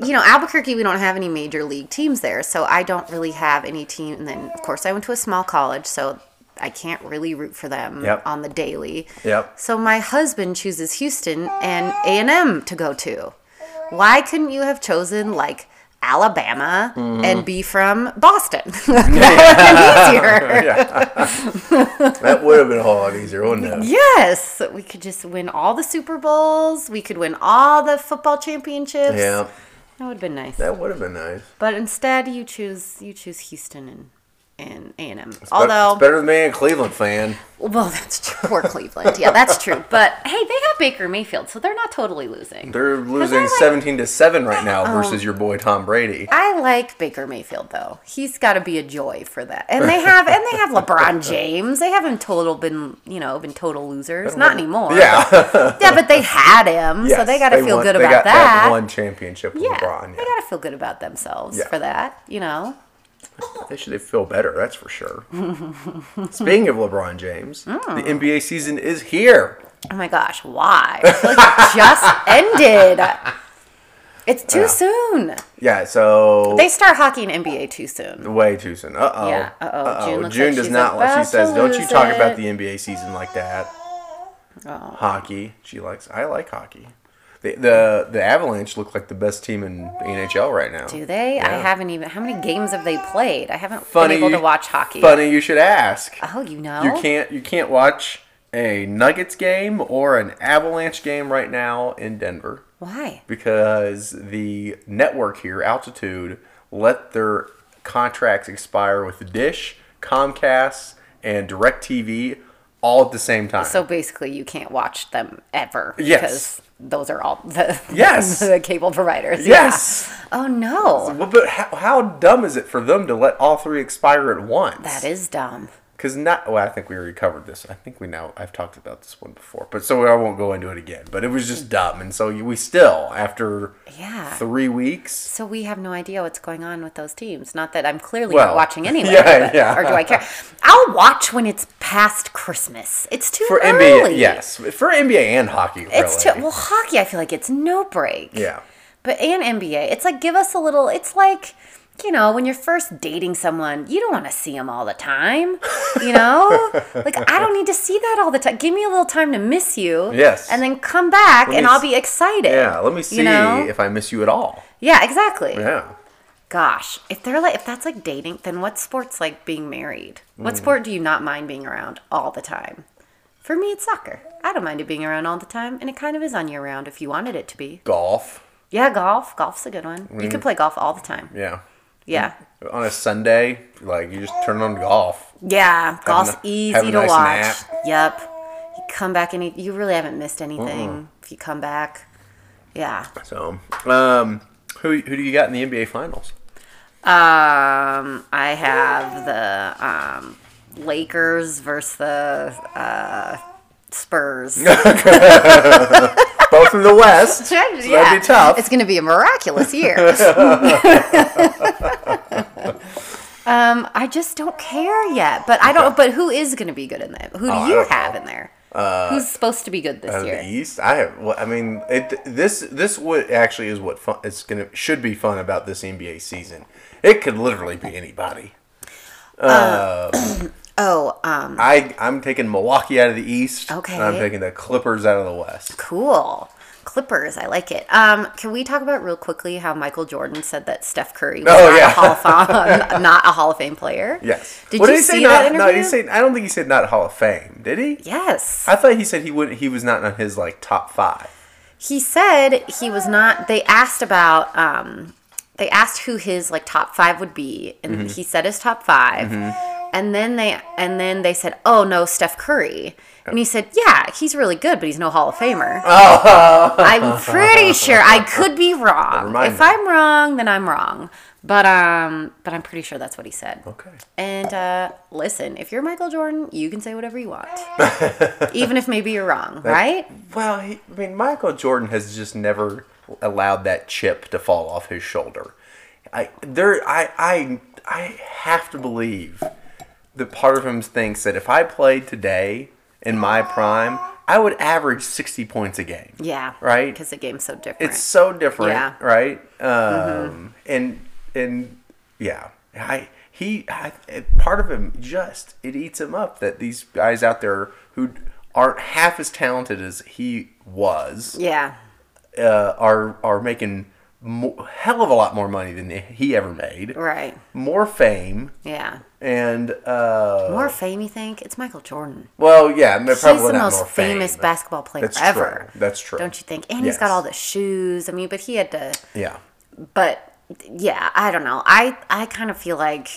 Speaker 2: you know, Albuquerque, we don't have any major league teams there. So I don't really have any team. And then, of course, I went to a small college. So I can't really root for them
Speaker 1: Yep.
Speaker 2: on the daily.
Speaker 1: Yep.
Speaker 2: So my husband chooses Houston and A&M to go to. Why couldn't you have chosen, like, Alabama
Speaker 1: Mm-hmm.
Speaker 2: and be from Boston? that would have been easier.
Speaker 1: that would have been a whole lot easier, wouldn't it?
Speaker 2: Yes, we could just win all the Super Bowls. We could win all the football championships.
Speaker 1: Yeah,
Speaker 2: That would have been nice.
Speaker 1: that would have been nice.
Speaker 2: But instead, you choose you choose Houston and and A and M.
Speaker 1: But
Speaker 2: Although,
Speaker 1: it's better than being a Cleveland fan.
Speaker 2: well, that's true. Poor Cleveland. Yeah, that's true. But hey, they have Baker Mayfield, so they're not totally losing.
Speaker 1: They're losing
Speaker 2: like-
Speaker 1: seventeen to seven right now versus your boy Tom Brady.
Speaker 2: I like Baker Mayfield though. He's got to be a joy for that. And they have and they have LeBron James. They haven't total been you know been total losers. Not anymore.
Speaker 1: Yeah,
Speaker 2: Yeah, but they had him, so
Speaker 1: Yes,
Speaker 2: they got to feel
Speaker 1: won-
Speaker 2: good
Speaker 1: they
Speaker 2: about
Speaker 1: got
Speaker 2: that.
Speaker 1: One championship with
Speaker 2: yeah,
Speaker 1: LeBron.
Speaker 2: they
Speaker 1: Yeah.
Speaker 2: got to feel good about themselves
Speaker 1: Yeah.
Speaker 2: for that. You know.
Speaker 1: They should feel better, that's for sure. Speaking of LeBron James, the NBA season is here.
Speaker 2: Oh my gosh, why? I feel like it just ended. It's too soon.
Speaker 1: Yeah, so
Speaker 2: They start hockey and NBA too soon.
Speaker 1: way too soon. Uh oh.
Speaker 2: Yeah, uh-oh. June looks
Speaker 1: June
Speaker 2: like
Speaker 1: does
Speaker 2: she's
Speaker 1: not. like-
Speaker 2: about
Speaker 1: She says,
Speaker 2: to
Speaker 1: "Don't you
Speaker 2: lose
Speaker 1: talk
Speaker 2: it."
Speaker 1: about the NBA season like that."
Speaker 2: Oh.
Speaker 1: Hockey. She likes. I like hockey. The the, the Avalanche look like the best team in the NHL right now.
Speaker 2: Do they? I
Speaker 1: Yeah.
Speaker 2: haven't even. How many games have they played? I haven't
Speaker 1: Funny
Speaker 2: been able
Speaker 1: you-
Speaker 2: to watch hockey.
Speaker 1: Funny you should ask.
Speaker 2: Oh, you know.
Speaker 1: You can't you can't watch a Nuggets game or an Avalanche game right now in Denver.
Speaker 2: Why?
Speaker 1: because the network here, Altitude, let their contracts expire with Dish, Comcast, and DirecTV all at the same time.
Speaker 2: So basically, you can't watch them ever.
Speaker 1: Yes.
Speaker 2: Because those are all the,
Speaker 1: Yes.
Speaker 2: the cable providers. Yeah.
Speaker 1: yes.
Speaker 2: Oh, no.
Speaker 1: Well, but how, how dumb is it for them to let all three expire at once?
Speaker 2: That is dumb.
Speaker 1: because not. Well, I think we already covered this. I think we now I've talked about this one before, but so I won't go into it again. But it was just dumb, and so you- we still after
Speaker 2: Yeah.
Speaker 1: three weeks.
Speaker 2: So we have no idea what's going on with those teams. Not that I'm clearly not
Speaker 1: Well,
Speaker 2: watching anyway.
Speaker 1: yeah,
Speaker 2: but-
Speaker 1: yeah.
Speaker 2: Or do I care? I'll watch when it's past Christmas. It's too
Speaker 1: For
Speaker 2: early.
Speaker 1: NBA, yes, for NBA and hockey, really.
Speaker 2: It's too well hockey. I feel like it's no break.
Speaker 1: Yeah.
Speaker 2: But and NBA, it's like give us a little. It's like you know when you're first dating someone, you don't want to see them all the time. You know, like I don't need to see that all the time. Give me a little time to miss you.
Speaker 1: Yes.
Speaker 2: And then come back,
Speaker 1: Let
Speaker 2: and
Speaker 1: me
Speaker 2: I'll
Speaker 1: s-
Speaker 2: be excited.
Speaker 1: Yeah, let me see
Speaker 2: You know?
Speaker 1: if I miss you at all.
Speaker 2: yeah, exactly.
Speaker 1: Yeah.
Speaker 2: Gosh, if they're like if that's like dating, then what sport's like being married?
Speaker 1: Mm.
Speaker 2: What sport do you not mind being around all the time? For me, it's soccer. I don't mind it being around all the time, and it kind of is on year round if you wanted it to be.
Speaker 1: Golf.
Speaker 2: Yeah, golf. Golf's a good one. You can play golf all the time.
Speaker 1: Mm. Yeah.
Speaker 2: Yeah,
Speaker 1: On a Sunday, like you just turn on golf.
Speaker 2: yeah. Golf's
Speaker 1: a- have a
Speaker 2: easy to
Speaker 1: nice
Speaker 2: watch.
Speaker 1: nap.
Speaker 2: Yep. You come back and you- you really haven't missed anything if you come back. Yeah.
Speaker 1: So, um, who who do you got in the NBA finals?
Speaker 2: Um, I have the um, Lakers versus the uh, Spurs.
Speaker 1: Both in the West. so
Speaker 2: Yeah.
Speaker 1: That'd be tough.
Speaker 2: It's going to be a miraculous year. um, I just don't care yet, but I don't. But who is going to be good in that? Who do
Speaker 1: Oh, I
Speaker 2: you
Speaker 1: don't Uh,
Speaker 2: have in there? Who's supposed to be good this
Speaker 1: Out of
Speaker 2: year?
Speaker 1: the East, I have. Well, I mean, it, this this what actually is what fun, it's gonna should be fun about this NBA season. It could literally be anybody.
Speaker 2: Oh, um,
Speaker 1: I I'm taking Milwaukee out of the East.
Speaker 2: Okay.
Speaker 1: And I'm taking the Clippers out of the West.
Speaker 2: cool. Clippers, I like it. Um, can we talk about real quickly how Michael Jordan said that Steph Curry was
Speaker 1: Oh,
Speaker 2: not,
Speaker 1: yeah.
Speaker 2: a Hall of Fame, not a Hall of Fame player?
Speaker 1: Yes.
Speaker 2: Did
Speaker 1: What
Speaker 2: you
Speaker 1: he
Speaker 2: see
Speaker 1: not,
Speaker 2: that
Speaker 1: No,
Speaker 2: interview?
Speaker 1: he said. I don't think he said not Hall of Fame. Did he?
Speaker 2: yes.
Speaker 1: I thought he said he would. He was not on his like top five.
Speaker 2: he said he was not they asked about um they asked who his like top five would be and he said his top 5 and then they and then they said oh no steph curry and he said yeah he's really good but he's no hall of famer i'm pretty sure i could be wrong
Speaker 1: Remind
Speaker 2: if
Speaker 1: me.
Speaker 2: i'm wrong then i'm wrong but um but i'm pretty sure that's what he said
Speaker 1: Okay.
Speaker 2: and uh listen if you're michael jordan you can say whatever you want even if maybe you're wrong right
Speaker 1: Well, he, I mean, Michael Jordan has just never allowed that chip to fall off his shoulder. I there, I, I, I have to believe that part of him thinks that if I played today in my prime, I would average sixty points a game.
Speaker 2: Yeah.
Speaker 1: Right?
Speaker 2: Because the game's so different.
Speaker 1: It's so different,
Speaker 2: Yeah. Mm-hmm.
Speaker 1: right? Um, And and yeah, I he I, it- part of him just it eats him up that these guys out there who aren't half as talented as he was
Speaker 2: yeah.
Speaker 1: uh, are are making mo- hell of a lot more money than he ever made,
Speaker 2: Right.
Speaker 1: more fame,
Speaker 2: Yeah.
Speaker 1: and uh,
Speaker 2: More fame, you think? It's Michael Jordan.
Speaker 1: well, yeah, no, probably
Speaker 2: he's the
Speaker 1: not
Speaker 2: most
Speaker 1: more fame.
Speaker 2: famous basketball player
Speaker 1: That's
Speaker 2: ever.
Speaker 1: True. That's true.
Speaker 2: Don't you think? And he's got
Speaker 1: Yes.
Speaker 2: all the shoes. I mean, but he had to.
Speaker 1: Yeah.
Speaker 2: But yeah, I don't know. I I kind of feel like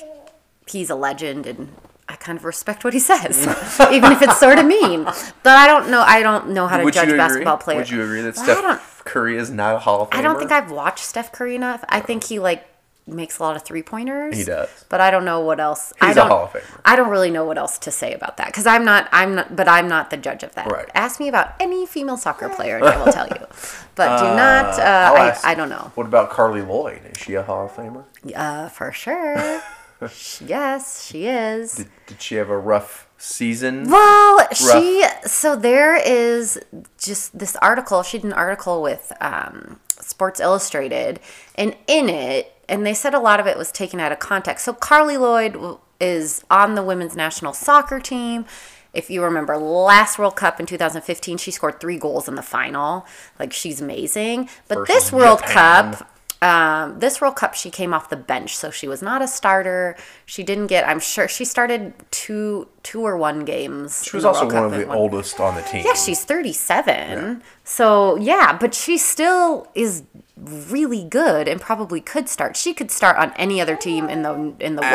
Speaker 2: he's a legend, and I kind of respect what he says, even if it's sort of mean. But I don't know. I don't know how to
Speaker 1: Would you
Speaker 2: judge
Speaker 1: agree?
Speaker 2: basketball players.
Speaker 1: Would you agree that
Speaker 2: Well, I don't-
Speaker 1: Steph Curry is not a Hall of Famer?
Speaker 2: I don't think I've watched Steph Curry enough. I think he like makes a lot of three pointers.
Speaker 1: He does.
Speaker 2: but I don't know what else. I
Speaker 1: He's a
Speaker 2: don't,
Speaker 1: Hall of Famer.
Speaker 2: I don't really know what else to say about that because I'm not. I'm not. But I'm not the judge of that.
Speaker 1: Right.
Speaker 2: Ask me about any female soccer player, and I will tell you. But do not. Uh,
Speaker 1: I'll
Speaker 2: I,
Speaker 1: ask-
Speaker 2: I don't know.
Speaker 1: What about Carly Lloyd? Is she a Hall of Famer?
Speaker 2: Uh, for sure. Sh- yes, she is.
Speaker 1: Did she have a rough season?
Speaker 2: Well, she so there is just this article. She did an article with um, Sports Illustrated, and in it, and they said a lot of it was taken out of context. So Carly Lloyd w- is on the women's national soccer team. If you remember last World Cup in 2015, she scored three goals in the final. Like she's amazing. But
Speaker 1: Versus
Speaker 2: this World
Speaker 1: Japan.
Speaker 2: Cup, Um, this World Cup, she came off the bench, so she was not a starter. She didn't get. I'm sure she started two, two or one games.
Speaker 1: She was also one of the oldest on the team.
Speaker 2: Yeah, she's 37. So, yeah, but she still is really good and probably could start. She could start on any other team in the in the world.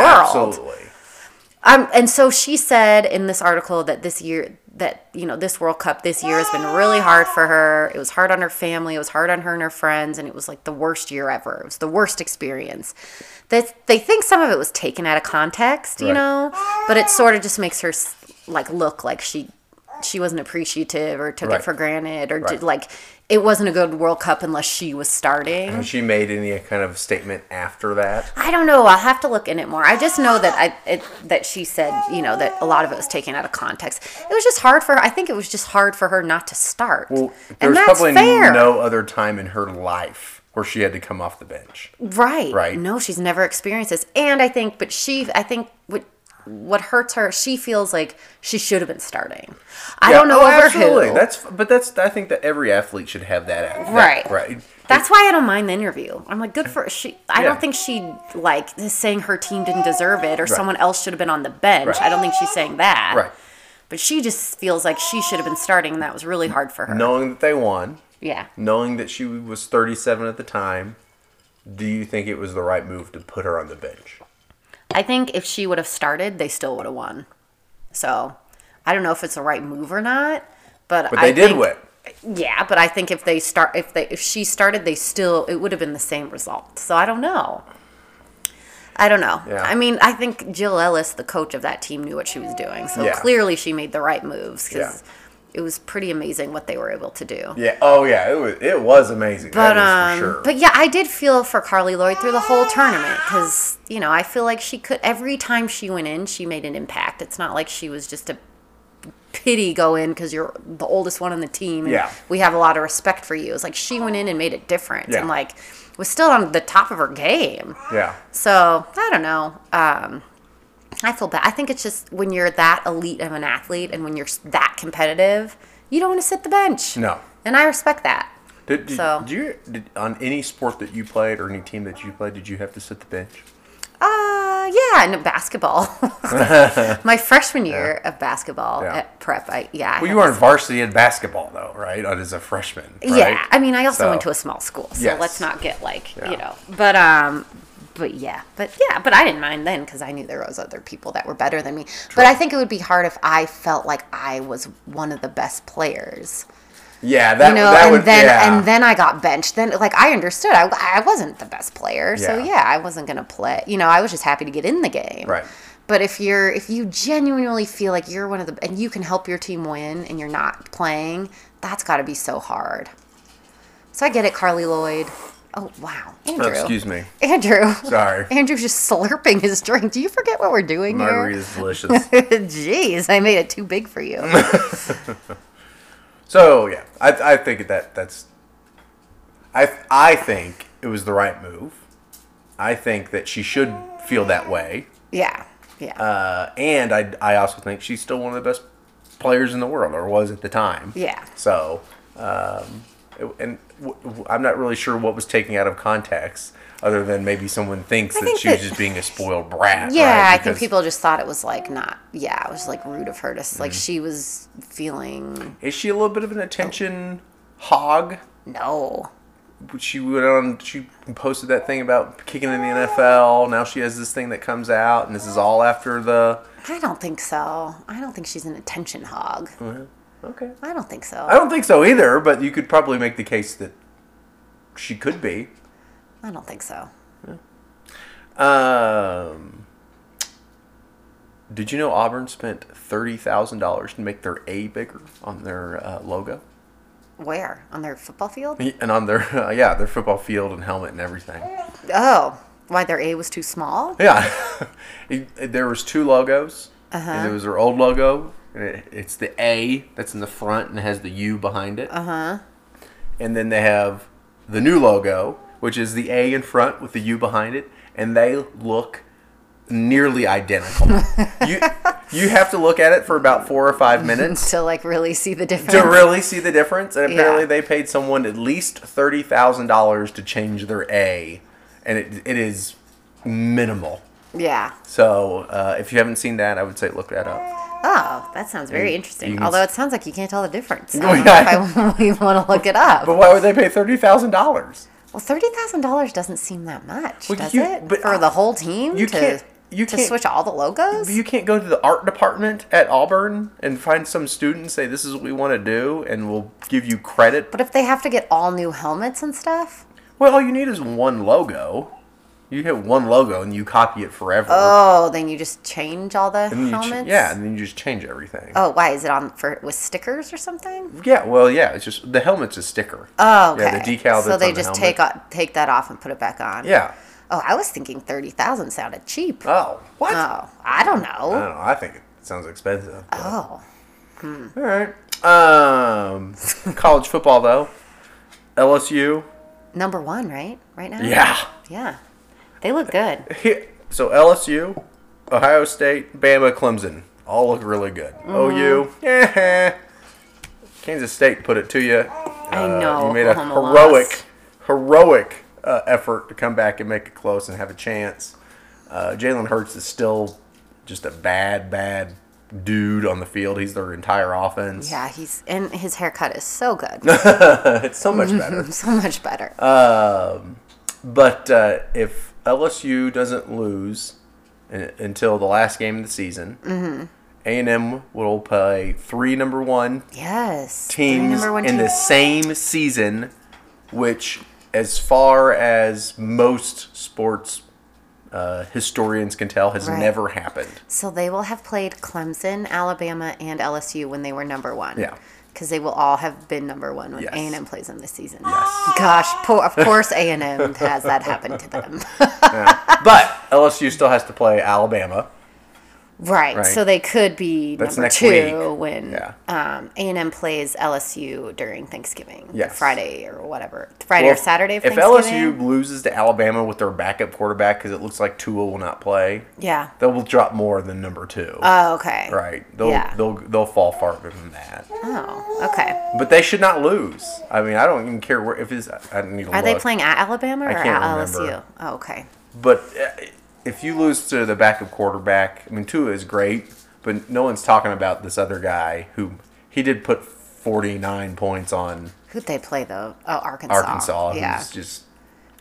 Speaker 1: Absolutely.
Speaker 2: Um and so she said in this article that this year that you know, this World Cup this year has been really hard for her. It was hard on her family, it was hard on her and her friends, and it was like the worst year ever. It was the worst experience. They they think some of it was taken out of context, you
Speaker 1: Right.
Speaker 2: know, but it sort of just makes her s- like look like she she wasn't appreciative or took
Speaker 1: Right.
Speaker 2: it for granted or
Speaker 1: Right.
Speaker 2: did, like it wasn't a good World Cup unless she was starting.
Speaker 1: Has she made any kind of statement after that?
Speaker 2: I don't know. I'll have to look in it more. I just know that I it, that she said, you know, that a lot of it was taken out of context. It was just hard for her. I think it was just hard for her not to start.
Speaker 1: Well,
Speaker 2: and
Speaker 1: there's
Speaker 2: that's
Speaker 1: probably
Speaker 2: fair.
Speaker 1: no other time in her life where she had to come off the bench.
Speaker 2: right.
Speaker 1: Right.
Speaker 2: No, she's never experienced this. And I think but she I think what what hurts her, she feels like she should have been starting. I don't know
Speaker 1: oh,
Speaker 2: over
Speaker 1: absolutely.
Speaker 2: who.
Speaker 1: That's but that's I think that every athlete should have that. at- that-
Speaker 2: Right.
Speaker 1: Right.
Speaker 2: That's why I don't mind the interview. I'm like, good for she. I
Speaker 1: Yeah.
Speaker 2: don't think she like is saying her team didn't deserve it or someone else should have been on the bench.
Speaker 1: Right.
Speaker 2: I don't think she's saying that.
Speaker 1: Right.
Speaker 2: But she just feels like she should have been starting, and that was really hard for her.
Speaker 1: Knowing that they won,
Speaker 2: Yeah.
Speaker 1: knowing that she was 37 at the time, do you think it was the right move to put her on the bench?
Speaker 2: I think if she would have started, they still would have won. So I don't know if it's the right move or not, but
Speaker 1: But they
Speaker 2: I
Speaker 1: did
Speaker 2: think-
Speaker 1: win.
Speaker 2: Yeah, but I think if they start, if they, if she started, they still, it would have been the same result. So I don't know. I don't know.
Speaker 1: Yeah.
Speaker 2: I mean, I think Jill Ellis, the coach of that team, knew what she was doing. So
Speaker 1: Yeah.
Speaker 2: clearly, she made the right moves
Speaker 1: Yeah.
Speaker 2: because it was pretty amazing what they were able to do.
Speaker 1: Yeah. Oh yeah. It was. It was amazing.
Speaker 2: But
Speaker 1: that
Speaker 2: um,
Speaker 1: is for sure.
Speaker 2: but yeah, I did feel for Carly Lloyd through the whole tournament because you know I feel like she could every time she went in, she made an impact. It's not like she was just a pity go in because you're the oldest one on the team. And
Speaker 1: Yeah.
Speaker 2: we have a lot of respect for you. It's like she went in and made a difference,
Speaker 1: Yeah.
Speaker 2: and like was still on the top of her game.
Speaker 1: yeah.
Speaker 2: So I don't know. Um, I feel bad. I think it's just when you're that elite of an athlete and when you're s- that competitive, you don't want to sit the bench.
Speaker 1: No.
Speaker 2: and I respect that.
Speaker 1: Did, did,
Speaker 2: So-
Speaker 1: do you did, on any sport that you played or any team that you played? Did you have to sit the bench?
Speaker 2: Uh, yeah, and basketball. My freshman year of basketball
Speaker 1: Yeah.
Speaker 2: at prep, I yeah. I
Speaker 1: Well,
Speaker 2: had
Speaker 1: you were
Speaker 2: this-
Speaker 1: in varsity in basketball though, right? Not As a freshman. Right?
Speaker 2: Yeah, I mean, I also
Speaker 1: So-
Speaker 2: went to a small school, so
Speaker 1: Yes.
Speaker 2: let's not get like
Speaker 1: Yeah.
Speaker 2: you know. But um, but yeah, but yeah, but I didn't mind then because I knew there was other people that were better than me. But I think it would be hard if I felt like I was one of the best players.
Speaker 1: Yeah. That,
Speaker 2: you know,
Speaker 1: that
Speaker 2: and
Speaker 1: would.
Speaker 2: then
Speaker 1: yeah.
Speaker 2: and then I got benched. Then like I understood, I, I wasn't the best player, so
Speaker 1: Yeah.
Speaker 2: yeah, I wasn't gonna play. You know, I was just happy to get in the game.
Speaker 1: Right.
Speaker 2: But if you're if you genuinely feel like you're one of the and you can help your team win and you're not playing, that's got to be so hard. So I get it, Carly Lloyd. Oh wow, Andrew.
Speaker 1: Excuse me.
Speaker 2: Andrew.
Speaker 1: Sorry.
Speaker 2: Andrew's just slurping his drink. Do you forget what we're doing here?
Speaker 1: Margarita's delicious.
Speaker 2: Jeez, I made it too big for you.
Speaker 1: So yeah, I, I think that that's I I think it was the right move. I think that she should feel that way,
Speaker 2: yeah. Yeah.
Speaker 1: uh, and I I also think she's still one of the best players in the world, or was at the time.
Speaker 2: Yeah.
Speaker 1: So, um, it- and w- w- I'm not really sure what was taken out of context, other than maybe someone thinks that
Speaker 2: think
Speaker 1: she was
Speaker 2: that-
Speaker 1: just being a spoiled brat.
Speaker 2: Yeah,
Speaker 1: right?
Speaker 2: I think
Speaker 1: Because-
Speaker 2: people just thought it was like not. Yeah, it was like rude of her to s
Speaker 1: Mm-hmm.
Speaker 2: like she was feeling
Speaker 1: is she a little bit of an attention hog.
Speaker 2: no.
Speaker 1: she went on she posted that thing about kicking in the NFL. Now she has this thing that comes out and this is all after the
Speaker 2: I don't think so. I don't think she's an attention hog.
Speaker 1: Okay.
Speaker 2: I don't think so.
Speaker 1: Mm. I don't think so either, but you could probably make the case that she could be.
Speaker 2: I don't think so.
Speaker 1: Um did you know Auburn spent thirty thousand dollars to make their A bigger on their uh, logo
Speaker 2: Where on their football field?
Speaker 1: and on their uh, yeah their football field and helmet and everything?
Speaker 2: Oh, why their A was too small?
Speaker 1: Yeah, It- it- there was two logos. And there was their old logo, and it, it's the A that's in the front and has the U behind it. Uh huh. And then they have the new logo, which is the A in front with the U behind it, and they look nearly identical. you You have to look at it for about four or five minutes
Speaker 2: to like really see the difference.
Speaker 1: to really see the difference. And apparently,
Speaker 2: Yeah.
Speaker 1: they paid someone at least thirty thousand dollars to change their A, and it, it is minimal.
Speaker 2: yeah.
Speaker 1: So uh, if you haven't seen that, I would say look that up.
Speaker 2: Oh, that sounds very interesting.
Speaker 1: can-
Speaker 2: Although it sounds like you can't tell the difference. I
Speaker 1: Well,
Speaker 2: don't
Speaker 1: yeah.
Speaker 2: know if I really want to look it up.
Speaker 1: But why would they pay thirty thousand dollars?
Speaker 2: Well, thirty thousand dollars doesn't seem that much,
Speaker 1: Well,
Speaker 2: does
Speaker 1: you-
Speaker 2: it?
Speaker 1: but,
Speaker 2: For
Speaker 1: uh,
Speaker 2: the whole team
Speaker 1: you
Speaker 2: to
Speaker 1: can't- you
Speaker 2: to
Speaker 1: can't-
Speaker 2: switch all the logos.
Speaker 1: You can't go to the art department at Auburn and find some student and say this is what we want to do, and we'll give you credit.
Speaker 2: but if they have to get all new helmets and stuff,
Speaker 1: Well, all you need is one logo. You hit one logo and you copy it forever.
Speaker 2: oh, then you just change all the
Speaker 1: And you ch-
Speaker 2: helmets.
Speaker 1: yeah, and then you just change everything.
Speaker 2: Oh, why is it on for with stickers or something?
Speaker 1: Yeah, well, yeah, it's just the helmet's a sticker.
Speaker 2: Oh, okay.
Speaker 1: Yeah, the decal.
Speaker 2: So
Speaker 1: that's
Speaker 2: they
Speaker 1: on the
Speaker 2: just
Speaker 1: helmet.
Speaker 2: take o- take that off and put it back on.
Speaker 1: Yeah.
Speaker 2: Oh, I was thinking thirty thousand sounded cheap.
Speaker 1: Oh, what?
Speaker 2: oh, I don't know.
Speaker 1: I don't know. I think it sounds expensive. but-
Speaker 2: oh,
Speaker 1: All right. Um, college football though, LSU.
Speaker 2: number one, right? Right now.
Speaker 1: Yeah.
Speaker 2: Yeah. They look good.
Speaker 1: He- So LSU, Ohio State, Bama, Clemson, all look really good.
Speaker 2: Mm-hmm.
Speaker 1: OU, eh. Kansas State put it to you.
Speaker 2: I know,
Speaker 1: Uh, You made a
Speaker 2: Oh, Oklahoma
Speaker 1: heroic,
Speaker 2: lost.
Speaker 1: heroic uh, effort to come back and make it close and have a chance. Uh, Jalen Hurts is still just a bad, bad dude on the field. He's their entire offense.
Speaker 2: Yeah, he's and his haircut is so good.
Speaker 1: It's so much better.
Speaker 2: so much better.
Speaker 1: Uh. But uh, if LSU doesn't lose un- until the last game of the season,
Speaker 2: Mm-hmm.
Speaker 1: A&M will play three number one
Speaker 2: yes. Three
Speaker 1: teams
Speaker 2: number one
Speaker 1: in the
Speaker 2: teams.
Speaker 1: same season, which, as far as most sports uh, historians can tell, has
Speaker 2: Right.
Speaker 1: never happened.
Speaker 2: So they will have played Clemson, Alabama, and LSU when they were number one.
Speaker 1: Yeah.
Speaker 2: Because they will all have been number one when
Speaker 1: Yes.
Speaker 2: A&M plays them this season. Yes. Gosh, po- of course A&M has that happen to them.
Speaker 1: But LSU still has to play Alabama.
Speaker 2: right.
Speaker 1: Right.
Speaker 2: So they could be
Speaker 1: That's
Speaker 2: number
Speaker 1: next
Speaker 2: two
Speaker 1: week.
Speaker 2: when
Speaker 1: Yeah.
Speaker 2: um, A&M plays LSU during Thanksgiving.
Speaker 1: Yes.
Speaker 2: Friday or whatever. Friday or
Speaker 1: Well,
Speaker 2: Saturday of
Speaker 1: if
Speaker 2: Thanksgiving.
Speaker 1: LSU loses to Alabama with their backup quarterback, because it looks like Tua will not play,
Speaker 2: Yeah.
Speaker 1: they will drop more than number two.
Speaker 2: Oh, okay.
Speaker 1: Right. They'll
Speaker 2: Yeah.
Speaker 1: they'll they'll fall farther than that.
Speaker 2: Oh, okay.
Speaker 1: But they should not lose. I mean, I don't even care where if it's. I don't need to
Speaker 2: Are
Speaker 1: look.
Speaker 2: they playing at Alabama or
Speaker 1: can't
Speaker 2: at
Speaker 1: remember.
Speaker 2: LSU? Oh, okay.
Speaker 1: But uh, if you lose to the backup quarterback, I mean, Tua is great, but no one's talking about this other guy who he did put forty nine points on
Speaker 2: Who'd they play though? Oh, Arkansas.
Speaker 1: Arkansas.
Speaker 2: Yeah.
Speaker 1: Who's just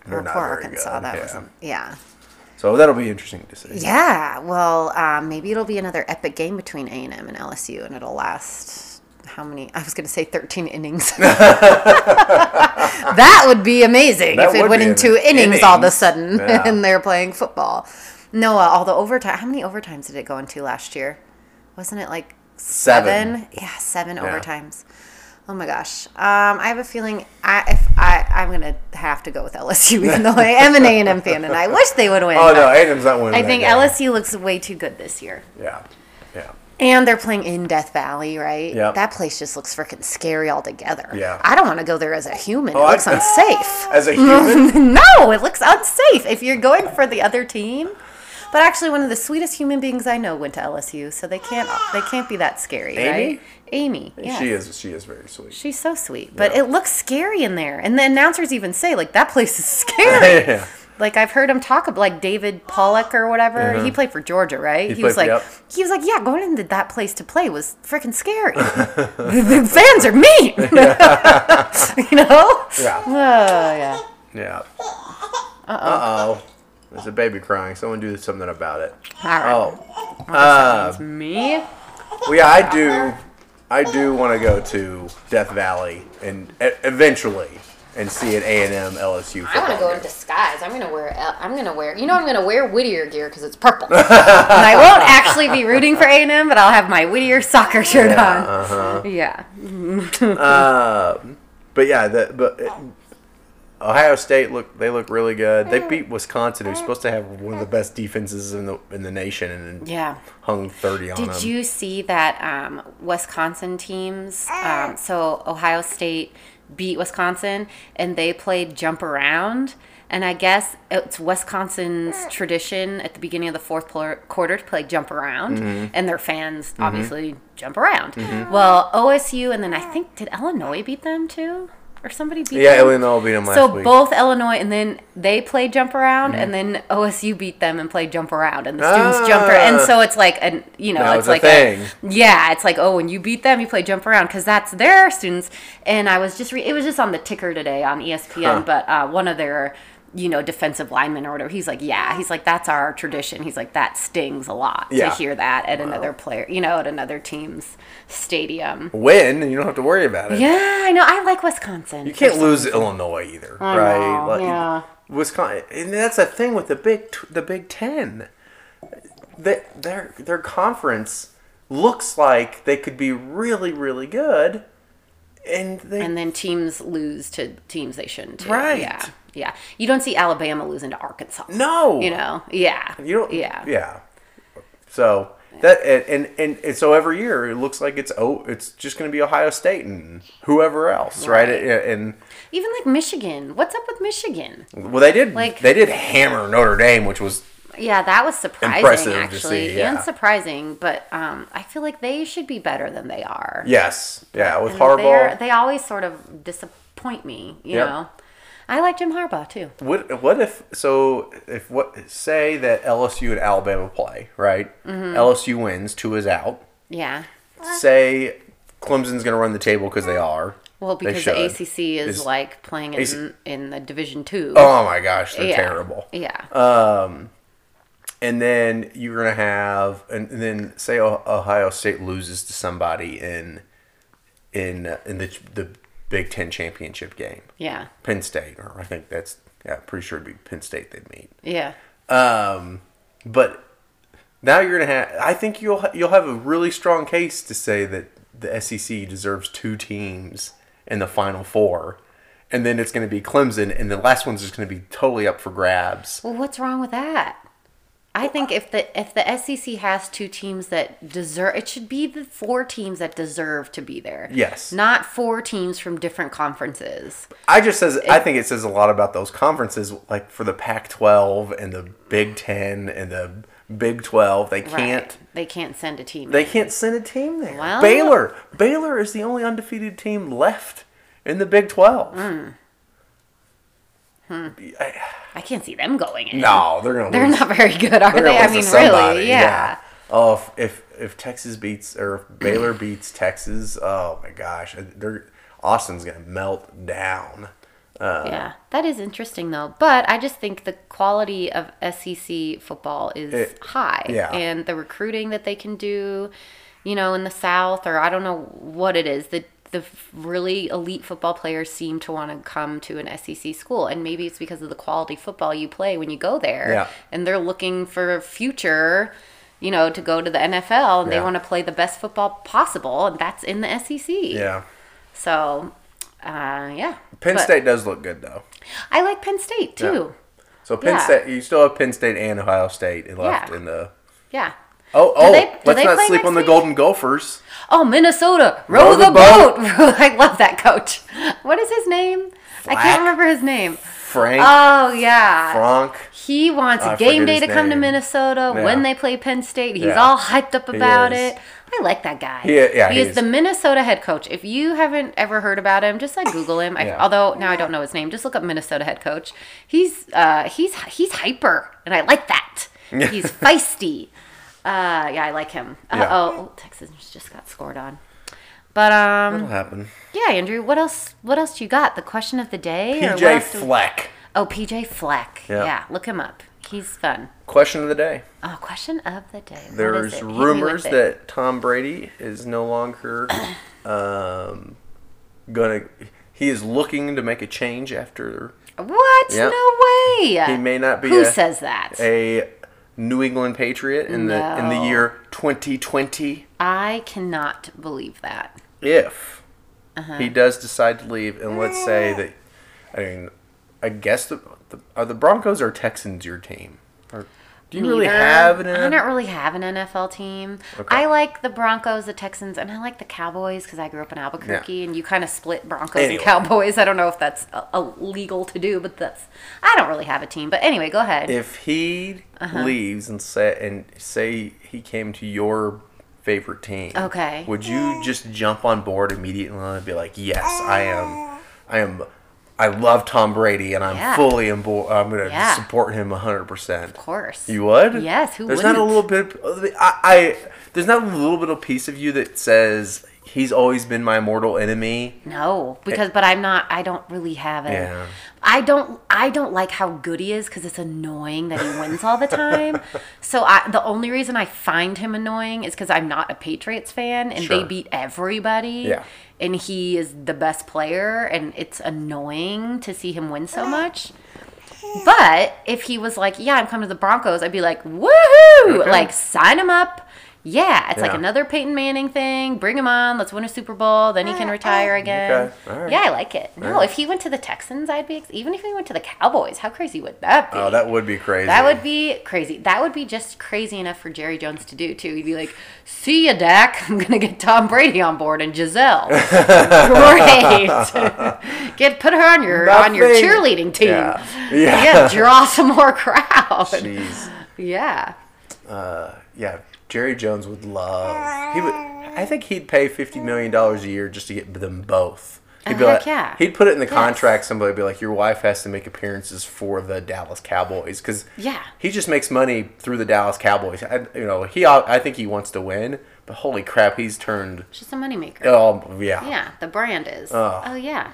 Speaker 1: they're
Speaker 2: Or
Speaker 1: not
Speaker 2: poor
Speaker 1: very
Speaker 2: Arkansas.
Speaker 1: good.
Speaker 2: That
Speaker 1: yeah.
Speaker 2: wasn't. Yeah.
Speaker 1: So that'll be interesting to see.
Speaker 2: Yeah. Well, um, maybe it'll be another epic game between A and M and LSU, and it'll last how many? I was going to say thirteen innings. that would be amazing
Speaker 1: That
Speaker 2: if it
Speaker 1: would
Speaker 2: went
Speaker 1: be
Speaker 2: into
Speaker 1: amazing.
Speaker 2: innings, all of a
Speaker 1: Innings.
Speaker 2: sudden,
Speaker 1: Yeah.
Speaker 2: and they're playing football. No, uh, all the overtime. How many overtimes did it go into last year? Wasn't it like
Speaker 1: Seven.
Speaker 2: Yeah, seven overtimes. Oh my gosh. Um, I have a feeling I if I I'm gonna have to go with LSU, even though I am an A and M fan, and I wish they would win.
Speaker 1: Oh
Speaker 2: but
Speaker 1: no, Aiden's not winning.
Speaker 2: I
Speaker 1: that
Speaker 2: think
Speaker 1: game.
Speaker 2: LSU looks way too good this year.
Speaker 1: Yeah. Yeah.
Speaker 2: And they're playing in Death Valley, right?
Speaker 1: Yep.
Speaker 2: That place just looks freaking scary altogether.
Speaker 1: Yeah. Oh,
Speaker 2: I don't want to go there as a human. it
Speaker 1: I-
Speaker 2: looks unsafe.
Speaker 1: As a human,
Speaker 2: No, it looks unsafe if you're going for the other team. But actually, one of the sweetest human beings I know went to LSU, so they can't they can't be that scary,
Speaker 1: Amy?
Speaker 2: right? Amy, yes.
Speaker 1: she is she is very sweet.
Speaker 2: She's so sweet, but
Speaker 1: Yeah.
Speaker 2: it looks scary in there. And the announcers even say like that place is scary.
Speaker 1: yeah.
Speaker 2: Like I've heard him talk about like David Pollock or whatever. He played for Georgia, right? He, was like
Speaker 1: Uh-huh. played- yep.
Speaker 2: he was like, yeah, going into that place to play was freaking scary. the fans are mean, you know.
Speaker 1: Yeah.
Speaker 2: Oh yeah.
Speaker 1: Yeah. Uh oh. There's a baby crying. Someone do something about it.
Speaker 2: All right.
Speaker 1: Oh.
Speaker 2: It's me.
Speaker 1: Well, yeah, I do. I do want to go to Death Valley and e- eventually and see an A and M LSU.
Speaker 2: I want to
Speaker 1: football
Speaker 2: go
Speaker 1: game.
Speaker 2: in disguise. I'm gonna wear. I'm gonna wear. You know, I'm gonna wear Whittier gear because it's purple, and I won't actually be rooting for A and M, but I'll have my Whittier soccer shirt
Speaker 1: Yeah, uh-huh.
Speaker 2: on. Yeah.
Speaker 1: Um, But yeah, the but. uh, Ohio State look they look really good. They beat Wisconsin, who's supposed to have one of the best defenses in the in the nation, and
Speaker 2: Yeah.
Speaker 1: hung thirty on them.
Speaker 2: Did you see that um, Wisconsin teams? Um, so Ohio State beat Wisconsin, and they played jump around. And I guess it's Wisconsin's
Speaker 1: Mm.
Speaker 2: tradition at the beginning of the fourth pl- quarter to play jump around,
Speaker 1: Mm-hmm.
Speaker 2: and their fans obviously jump around. Well, OSU, and then I think did Illinois beat them too, or somebody beat
Speaker 1: Yeah,
Speaker 2: them?
Speaker 1: Illinois beat them last
Speaker 2: so
Speaker 1: week. Mm-hmm.
Speaker 2: both Illinois, and then they played jump around, and then OSU beat them and played jump around, and the students jumped her, and
Speaker 1: Ah.
Speaker 2: so it's like an you know
Speaker 1: Now
Speaker 2: it's
Speaker 1: it's a
Speaker 2: like
Speaker 1: thing.
Speaker 2: yeah, it's like oh when you beat them you play jump around because that's their students, and I was just re- it was just on the ticker today on ESPN,
Speaker 1: Huh.
Speaker 2: but uh, one of their you know defensive linemen or whatever he's like yeah he's like that's our tradition he's like that stings a lot
Speaker 1: Yeah.
Speaker 2: to hear that at another player you know at another team's stadium
Speaker 1: Win, and you don't have to worry about it.
Speaker 2: yeah i know i like wisconsin
Speaker 1: You can't lose Illinois either, right?
Speaker 2: know, yeah.
Speaker 1: Wisconsin, and that's the thing with the Big T- the Big Ten. That their their conference looks like they could be really really good, and they
Speaker 2: and then teams lose to teams they shouldn't. To.
Speaker 1: Right.
Speaker 2: Yeah. Yeah. You don't see Alabama losing to Arkansas.
Speaker 1: no,
Speaker 2: You know. Yeah.
Speaker 1: you don't
Speaker 2: Yeah.
Speaker 1: yeah. So that and, and and and so every year it looks like it's oh it's just going to be Ohio State and whoever else, right? And,
Speaker 2: Even like Michigan. What's up with Michigan?
Speaker 1: and well, they did
Speaker 2: Like-
Speaker 1: they did hammer Notre Dame, which was
Speaker 2: Yeah, that was
Speaker 1: Impressive
Speaker 2: surprising
Speaker 1: to
Speaker 2: actually,
Speaker 1: see, yeah.
Speaker 2: and surprising. But um, I feel like they should be better than they are.
Speaker 1: yes, yeah, with
Speaker 2: And they're-
Speaker 1: Harbaugh.
Speaker 2: They always sort of disappoint me. You
Speaker 1: Yep.
Speaker 2: know. I like Jim Harbaugh too.
Speaker 1: What what if so if what say that LSU and Alabama play right? LSU wins, two is out.
Speaker 2: Yeah.
Speaker 1: Say Clemson's going to run the table because they are.
Speaker 2: Well,
Speaker 1: They
Speaker 2: because
Speaker 1: should.
Speaker 2: the ACC is,
Speaker 1: Is-
Speaker 2: like playing in,
Speaker 1: AC
Speaker 2: in the Division Two.
Speaker 1: Oh my gosh, they're
Speaker 2: yeah.
Speaker 1: terrible. Uh,
Speaker 2: Yeah.
Speaker 1: And then you're going to have and and then say O- Ohio State loses to somebody in in in the the Big 10 championship game.
Speaker 2: yeah.
Speaker 1: Penn State or I think that's yeah, pretty sure it'd be Penn State they'd meet.
Speaker 2: Yeah.
Speaker 1: Um, but now you're gonna have. I think you'll you'll have a really strong case to say that the SEC deserves two teams in the Final Four, and then it's gonna be Clemson, and the last one's just gonna be totally up for grabs.
Speaker 2: Well, what's wrong with that? I think if the if the SEC has two teams that deserve, it should be the four teams that deserve to be there.
Speaker 1: Yes.
Speaker 2: not four teams from different conferences.
Speaker 1: I just says I think it says a lot about those conferences, like for the Pac-12 and the Big Ten and the Big Twelve. They can't.
Speaker 2: Right. They can't send a team.
Speaker 1: They can't send a team there.
Speaker 2: Well-
Speaker 1: Baylor. Baylor is the only undefeated team left in the Big 12.
Speaker 2: Mm.
Speaker 1: I-
Speaker 2: I can't see them going in.
Speaker 1: no, they're going to
Speaker 2: they're
Speaker 1: lose.
Speaker 2: not very good, are
Speaker 1: they're
Speaker 2: they?
Speaker 1: gonna lose
Speaker 2: I mean,
Speaker 1: to
Speaker 2: really?
Speaker 1: somebody,
Speaker 2: Yeah.
Speaker 1: Oh, if, if if Texas beats or if Baylor beats Texas, oh my gosh, they're Austin's going to melt down.
Speaker 2: yeah, That is interesting though, but I just think the quality of SEC football is
Speaker 1: It-
Speaker 2: high,
Speaker 1: yeah.
Speaker 2: and the recruiting that they can do, you know, in the South or I don't know what it is that the really elite football players seem to want to come to an SEC school, and maybe it's because of the quality football you play when you go there,
Speaker 1: Yeah.
Speaker 2: and they're looking for a future. You know, to go to the NFL, and they
Speaker 1: Yeah.
Speaker 2: want to play the best football possible, and that's in the SEC.
Speaker 1: Yeah.
Speaker 2: So, uh, yeah.
Speaker 1: Penn
Speaker 2: But-
Speaker 1: State does look good though.
Speaker 2: I like Penn State too.
Speaker 1: So Penn
Speaker 2: Yeah.
Speaker 1: State, you still have Penn State and Ohio State left
Speaker 2: Yeah.
Speaker 1: in the
Speaker 2: Yeah.
Speaker 1: Oh, oh,
Speaker 2: they- do
Speaker 1: let's
Speaker 2: they
Speaker 1: not
Speaker 2: play
Speaker 1: sleep on
Speaker 2: next
Speaker 1: the
Speaker 2: week?
Speaker 1: Golden Gophers.
Speaker 2: Oh, Minnesota, row,
Speaker 1: Row
Speaker 2: the,
Speaker 1: the
Speaker 2: boat. I love that coach. What is his name? I
Speaker 1: Flack.
Speaker 2: can't remember his name.
Speaker 1: Frank
Speaker 2: Oh yeah.
Speaker 1: Frank.
Speaker 2: He wants
Speaker 1: I
Speaker 2: game
Speaker 1: forget
Speaker 2: day to
Speaker 1: his
Speaker 2: come to
Speaker 1: name.
Speaker 2: Minnesota
Speaker 1: Yeah.
Speaker 2: when they play Penn State. He's
Speaker 1: Yeah.
Speaker 2: all hyped up about
Speaker 1: is.
Speaker 2: it. I like that guy.
Speaker 1: He- yeah,
Speaker 2: he
Speaker 1: he
Speaker 2: is,
Speaker 1: is.
Speaker 2: the Minnesota head coach. If you haven't ever heard about him, just like Google him. I,
Speaker 1: Yeah.
Speaker 2: Although now I don't know his name. Just look up Minnesota head coach. He's uh, he's he's hyper, and I like that. He's feisty. Uh, yeah, I like him.
Speaker 1: Yeah.
Speaker 2: Uh oh, Texas just got scored on. But um,
Speaker 1: That'll happen.
Speaker 2: yeah, Andrew, what else? What else you got? The question of the day, or what
Speaker 1: PJ
Speaker 2: else? do-
Speaker 1: Fleck.
Speaker 2: oh, PJ Fleck.
Speaker 1: Yeah.
Speaker 2: yeah, look him up. He's fun.
Speaker 1: Question of the day.
Speaker 2: Oh, question of the day. What is it?
Speaker 1: There's
Speaker 2: Hit me
Speaker 1: rumors
Speaker 2: with it.
Speaker 1: that Tom Brady is no longer um, gonna. He is looking to make a change after
Speaker 2: What?
Speaker 1: Yep.
Speaker 2: No way.
Speaker 1: He may not be
Speaker 2: Who
Speaker 1: a-
Speaker 2: says that?
Speaker 1: a New England Patriot in the in the
Speaker 2: No.
Speaker 1: year 2020.
Speaker 2: I cannot believe that.
Speaker 1: If
Speaker 2: Uh-huh.
Speaker 1: he does decide to leave, and let's
Speaker 2: Eh.
Speaker 1: say that, uh, I mean, I guess the, the are the Broncos or Texans your team? Or Do you really
Speaker 2: neither.
Speaker 1: have an
Speaker 2: I
Speaker 1: NFL?
Speaker 2: don't really have an NFL team.
Speaker 1: Okay.
Speaker 2: I like the Broncos, the Texans, and I like the Cowboys because I grew up in Albuquerque, and you kind of split Broncos
Speaker 1: Anyway.
Speaker 2: and Cowboys. I don't know if that's uh, illegal to do, but that's. I don't really have a team, but anyway, go ahead.
Speaker 1: If he
Speaker 2: Uh-huh.
Speaker 1: leaves and say and say he came to your favorite team,
Speaker 2: Okay.
Speaker 1: would you just jump on board immediately and be like, "Yes, I am, I am, I love Tom Brady, and I'm
Speaker 2: Yeah.
Speaker 1: fully on board. I'm going to
Speaker 2: Yeah.
Speaker 1: support him 100." percent
Speaker 2: of course.
Speaker 1: You would?
Speaker 2: Yes, who
Speaker 1: There's not a little
Speaker 2: wouldn't?
Speaker 1: bit. Of, I, I there's not a little bit of piece of you that says he's always been my mortal enemy.
Speaker 2: No, because but I'm not. I don't really have it.
Speaker 1: Eh. Yeah.
Speaker 2: I don't. I don't like how good he is because it's annoying that he wins all the time. so I, the only reason I find him annoying is because I'm not a Patriots fan and
Speaker 1: Sure.
Speaker 2: they beat everybody.
Speaker 1: Yeah.
Speaker 2: And he is the best player, and it's annoying to see him win so much. But if he was like, "Yeah, I'm coming to the Broncos," I'd be like, "Woohoo!"
Speaker 1: Okay.
Speaker 2: Like, sign him up. Yeah, it's like
Speaker 1: Yeah.
Speaker 2: another Peyton Manning thing. Bring him on. Let's win a Super Bowl. Then he can retire again.
Speaker 1: Okay, all right.
Speaker 2: Yeah, I like it. No,
Speaker 1: right.
Speaker 2: if he went to the Texans, I'd be ex- even if he went to the Cowboys. How crazy would that be?
Speaker 1: Oh, that would be crazy.
Speaker 2: That would be crazy. That would be just crazy enough for Jerry Jones to do too. He'd be like, "See ya, Dak. I'm gonna get Tom Brady on board and Giselle. Great. get put her on your on your
Speaker 1: Nothing.
Speaker 2: cheerleading team.
Speaker 1: Yeah.
Speaker 2: Yeah.
Speaker 1: Yeah.
Speaker 2: draw some more crowd.
Speaker 1: Jeez.
Speaker 2: Yeah.
Speaker 1: Yeah, Jerry Jones would love. He would. I think he'd pay fifty million dollars a year just to get them both. He'd be
Speaker 2: Oh, heck
Speaker 1: like,
Speaker 2: yeah.
Speaker 1: He'd put it in the contract. Somebody would be like, your wife has to make appearances for the Dallas Cowboys because
Speaker 2: Yeah.
Speaker 1: he just makes money through the Dallas Cowboys. I, you know, he. I think he wants to win, but holy crap, he's turned.
Speaker 2: She's a moneymaker.
Speaker 1: Oh yeah.
Speaker 2: Yeah, the brand is. oh yeah.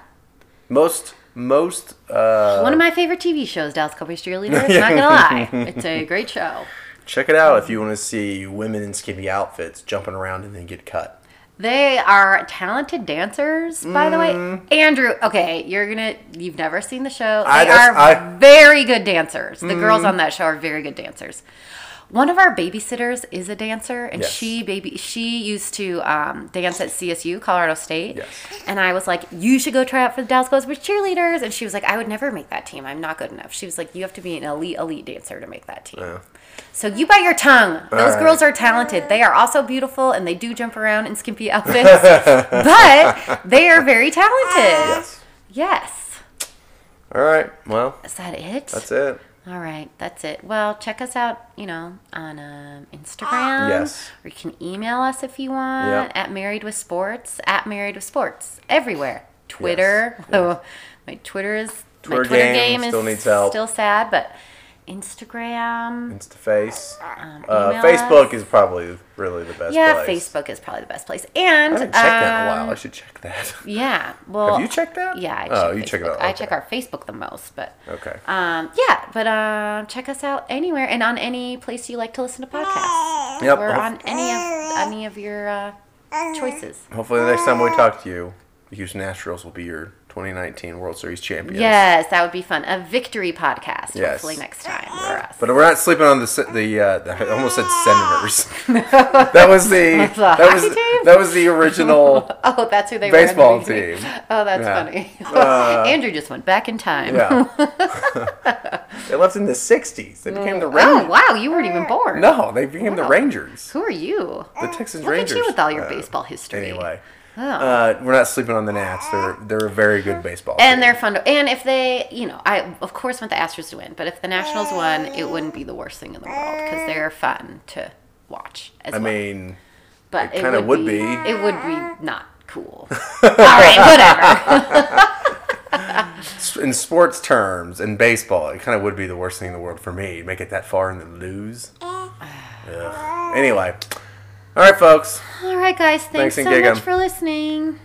Speaker 1: Most most. Uh,
Speaker 2: One of my favorite TV shows, Dallas Cowboys Cheerleaders. Not gonna lie, it's a great show.
Speaker 1: check it out if you want to see women in skinny outfits jumping around and then get cut.
Speaker 2: They are talented dancers, by the way. Andrew, okay, you're gonna you've never seen the show. They
Speaker 1: Mm. I- that's-
Speaker 2: are
Speaker 1: I- Mm.
Speaker 2: very good dancers. The girls on that show are very good dancers. One of our babysitters is a dancer, and
Speaker 1: Yes.
Speaker 2: she baby she used to um, dance at CSU, Colorado State.
Speaker 1: Yes.
Speaker 2: And I was like, "You should go try out for the Dallas Cowboys cheerleaders." And she was like, "I would never make that team. I'm not good enough." She was like, "You have to be an elite elite dancer to make that team."
Speaker 1: Oh.
Speaker 2: So you bite your tongue. Those
Speaker 1: right.
Speaker 2: girls are talented. They are also beautiful, and they do jump around in skimpy outfits, but they are very talented.
Speaker 1: Yes.
Speaker 2: Yes.
Speaker 1: All right. Well,
Speaker 2: Is that it?
Speaker 1: that's it.
Speaker 2: All right, that's it. Well, check us out, you know, on um, Instagram.
Speaker 1: Yes.
Speaker 2: Or you can email us if you want
Speaker 1: Yep.
Speaker 2: at Married with Sports, at Married with Sports, everywhere. Twitter. Oh, my Twitter is,
Speaker 1: Twitter
Speaker 2: my Twitter
Speaker 1: game
Speaker 2: game, is
Speaker 1: still needs help.
Speaker 2: still sad, but Instagram.
Speaker 1: Instaface.
Speaker 2: Um,
Speaker 1: Uh,
Speaker 2: email
Speaker 1: Facebook
Speaker 2: us.
Speaker 1: is probably really the best.
Speaker 2: Yeah,
Speaker 1: place.
Speaker 2: Facebook is probably the best place. And
Speaker 1: I haven't checked that in a
Speaker 2: um,
Speaker 1: while. I should check that.
Speaker 2: Yeah. Well,
Speaker 1: Have you checked that?
Speaker 2: Yeah. I
Speaker 1: Oh, you check it
Speaker 2: Facebook.
Speaker 1: out,
Speaker 2: I
Speaker 1: okay.
Speaker 2: check our Facebook the most, but
Speaker 1: Okay.
Speaker 2: um, yeah. But um, check us out anywhere and on any place you like to listen to podcasts.
Speaker 1: Yep. Uh-huh.
Speaker 2: We're
Speaker 1: Ho-
Speaker 2: on any of any of your uh, choices.
Speaker 1: Hopefully, the next time we talk to you, the Houston Astros will be your 2019 World Series champions.
Speaker 2: Yes, that would be fun. A victory podcast.
Speaker 1: Yes.
Speaker 2: Hopefully next time for us.
Speaker 1: But we're not sleeping on the se- the. Uh, the I almost said senators. that was the
Speaker 2: The
Speaker 1: that was
Speaker 2: hockey team?
Speaker 1: that was the original.
Speaker 2: Oh, that's who they were.
Speaker 1: Baseball
Speaker 2: in the beginning.
Speaker 1: team.
Speaker 2: Oh, that's
Speaker 1: Yeah. Uh,
Speaker 2: funny. Andrew just went back in time.
Speaker 1: Yeah. they left in the 60s. They became the
Speaker 2: Oh
Speaker 1: Rangers.
Speaker 2: wow, you weren't even born.
Speaker 1: No, they became the
Speaker 2: Wow.
Speaker 1: Rangers.
Speaker 2: Who are you?
Speaker 1: The Texas
Speaker 2: Oh, Look
Speaker 1: Rangers.
Speaker 2: at you with all your
Speaker 1: Uh,
Speaker 2: baseball history.
Speaker 1: Anyway.
Speaker 2: Oh. Uh-huh.
Speaker 1: Uh, we're not sleeping on the Nats. They're they're a very good baseball. team.
Speaker 2: And they're fun. To, and if they, you know, I of course want the Astros to win, but if the Nationals won, it wouldn't be the worst thing in the world because they're fun to watch. As
Speaker 1: I
Speaker 2: well.
Speaker 1: mean,
Speaker 2: but
Speaker 1: it kinda would be.
Speaker 2: It would be not cool. All right, whatever.
Speaker 1: s- in sports terms, in baseball, it kind of would be the worst thing in the world for me. Make it that far and then lose. Ugh. Anyway, all right, folks.
Speaker 2: All right, guys. Thanks,
Speaker 1: Thanks and
Speaker 2: so
Speaker 1: gig 'em.
Speaker 2: much for listening.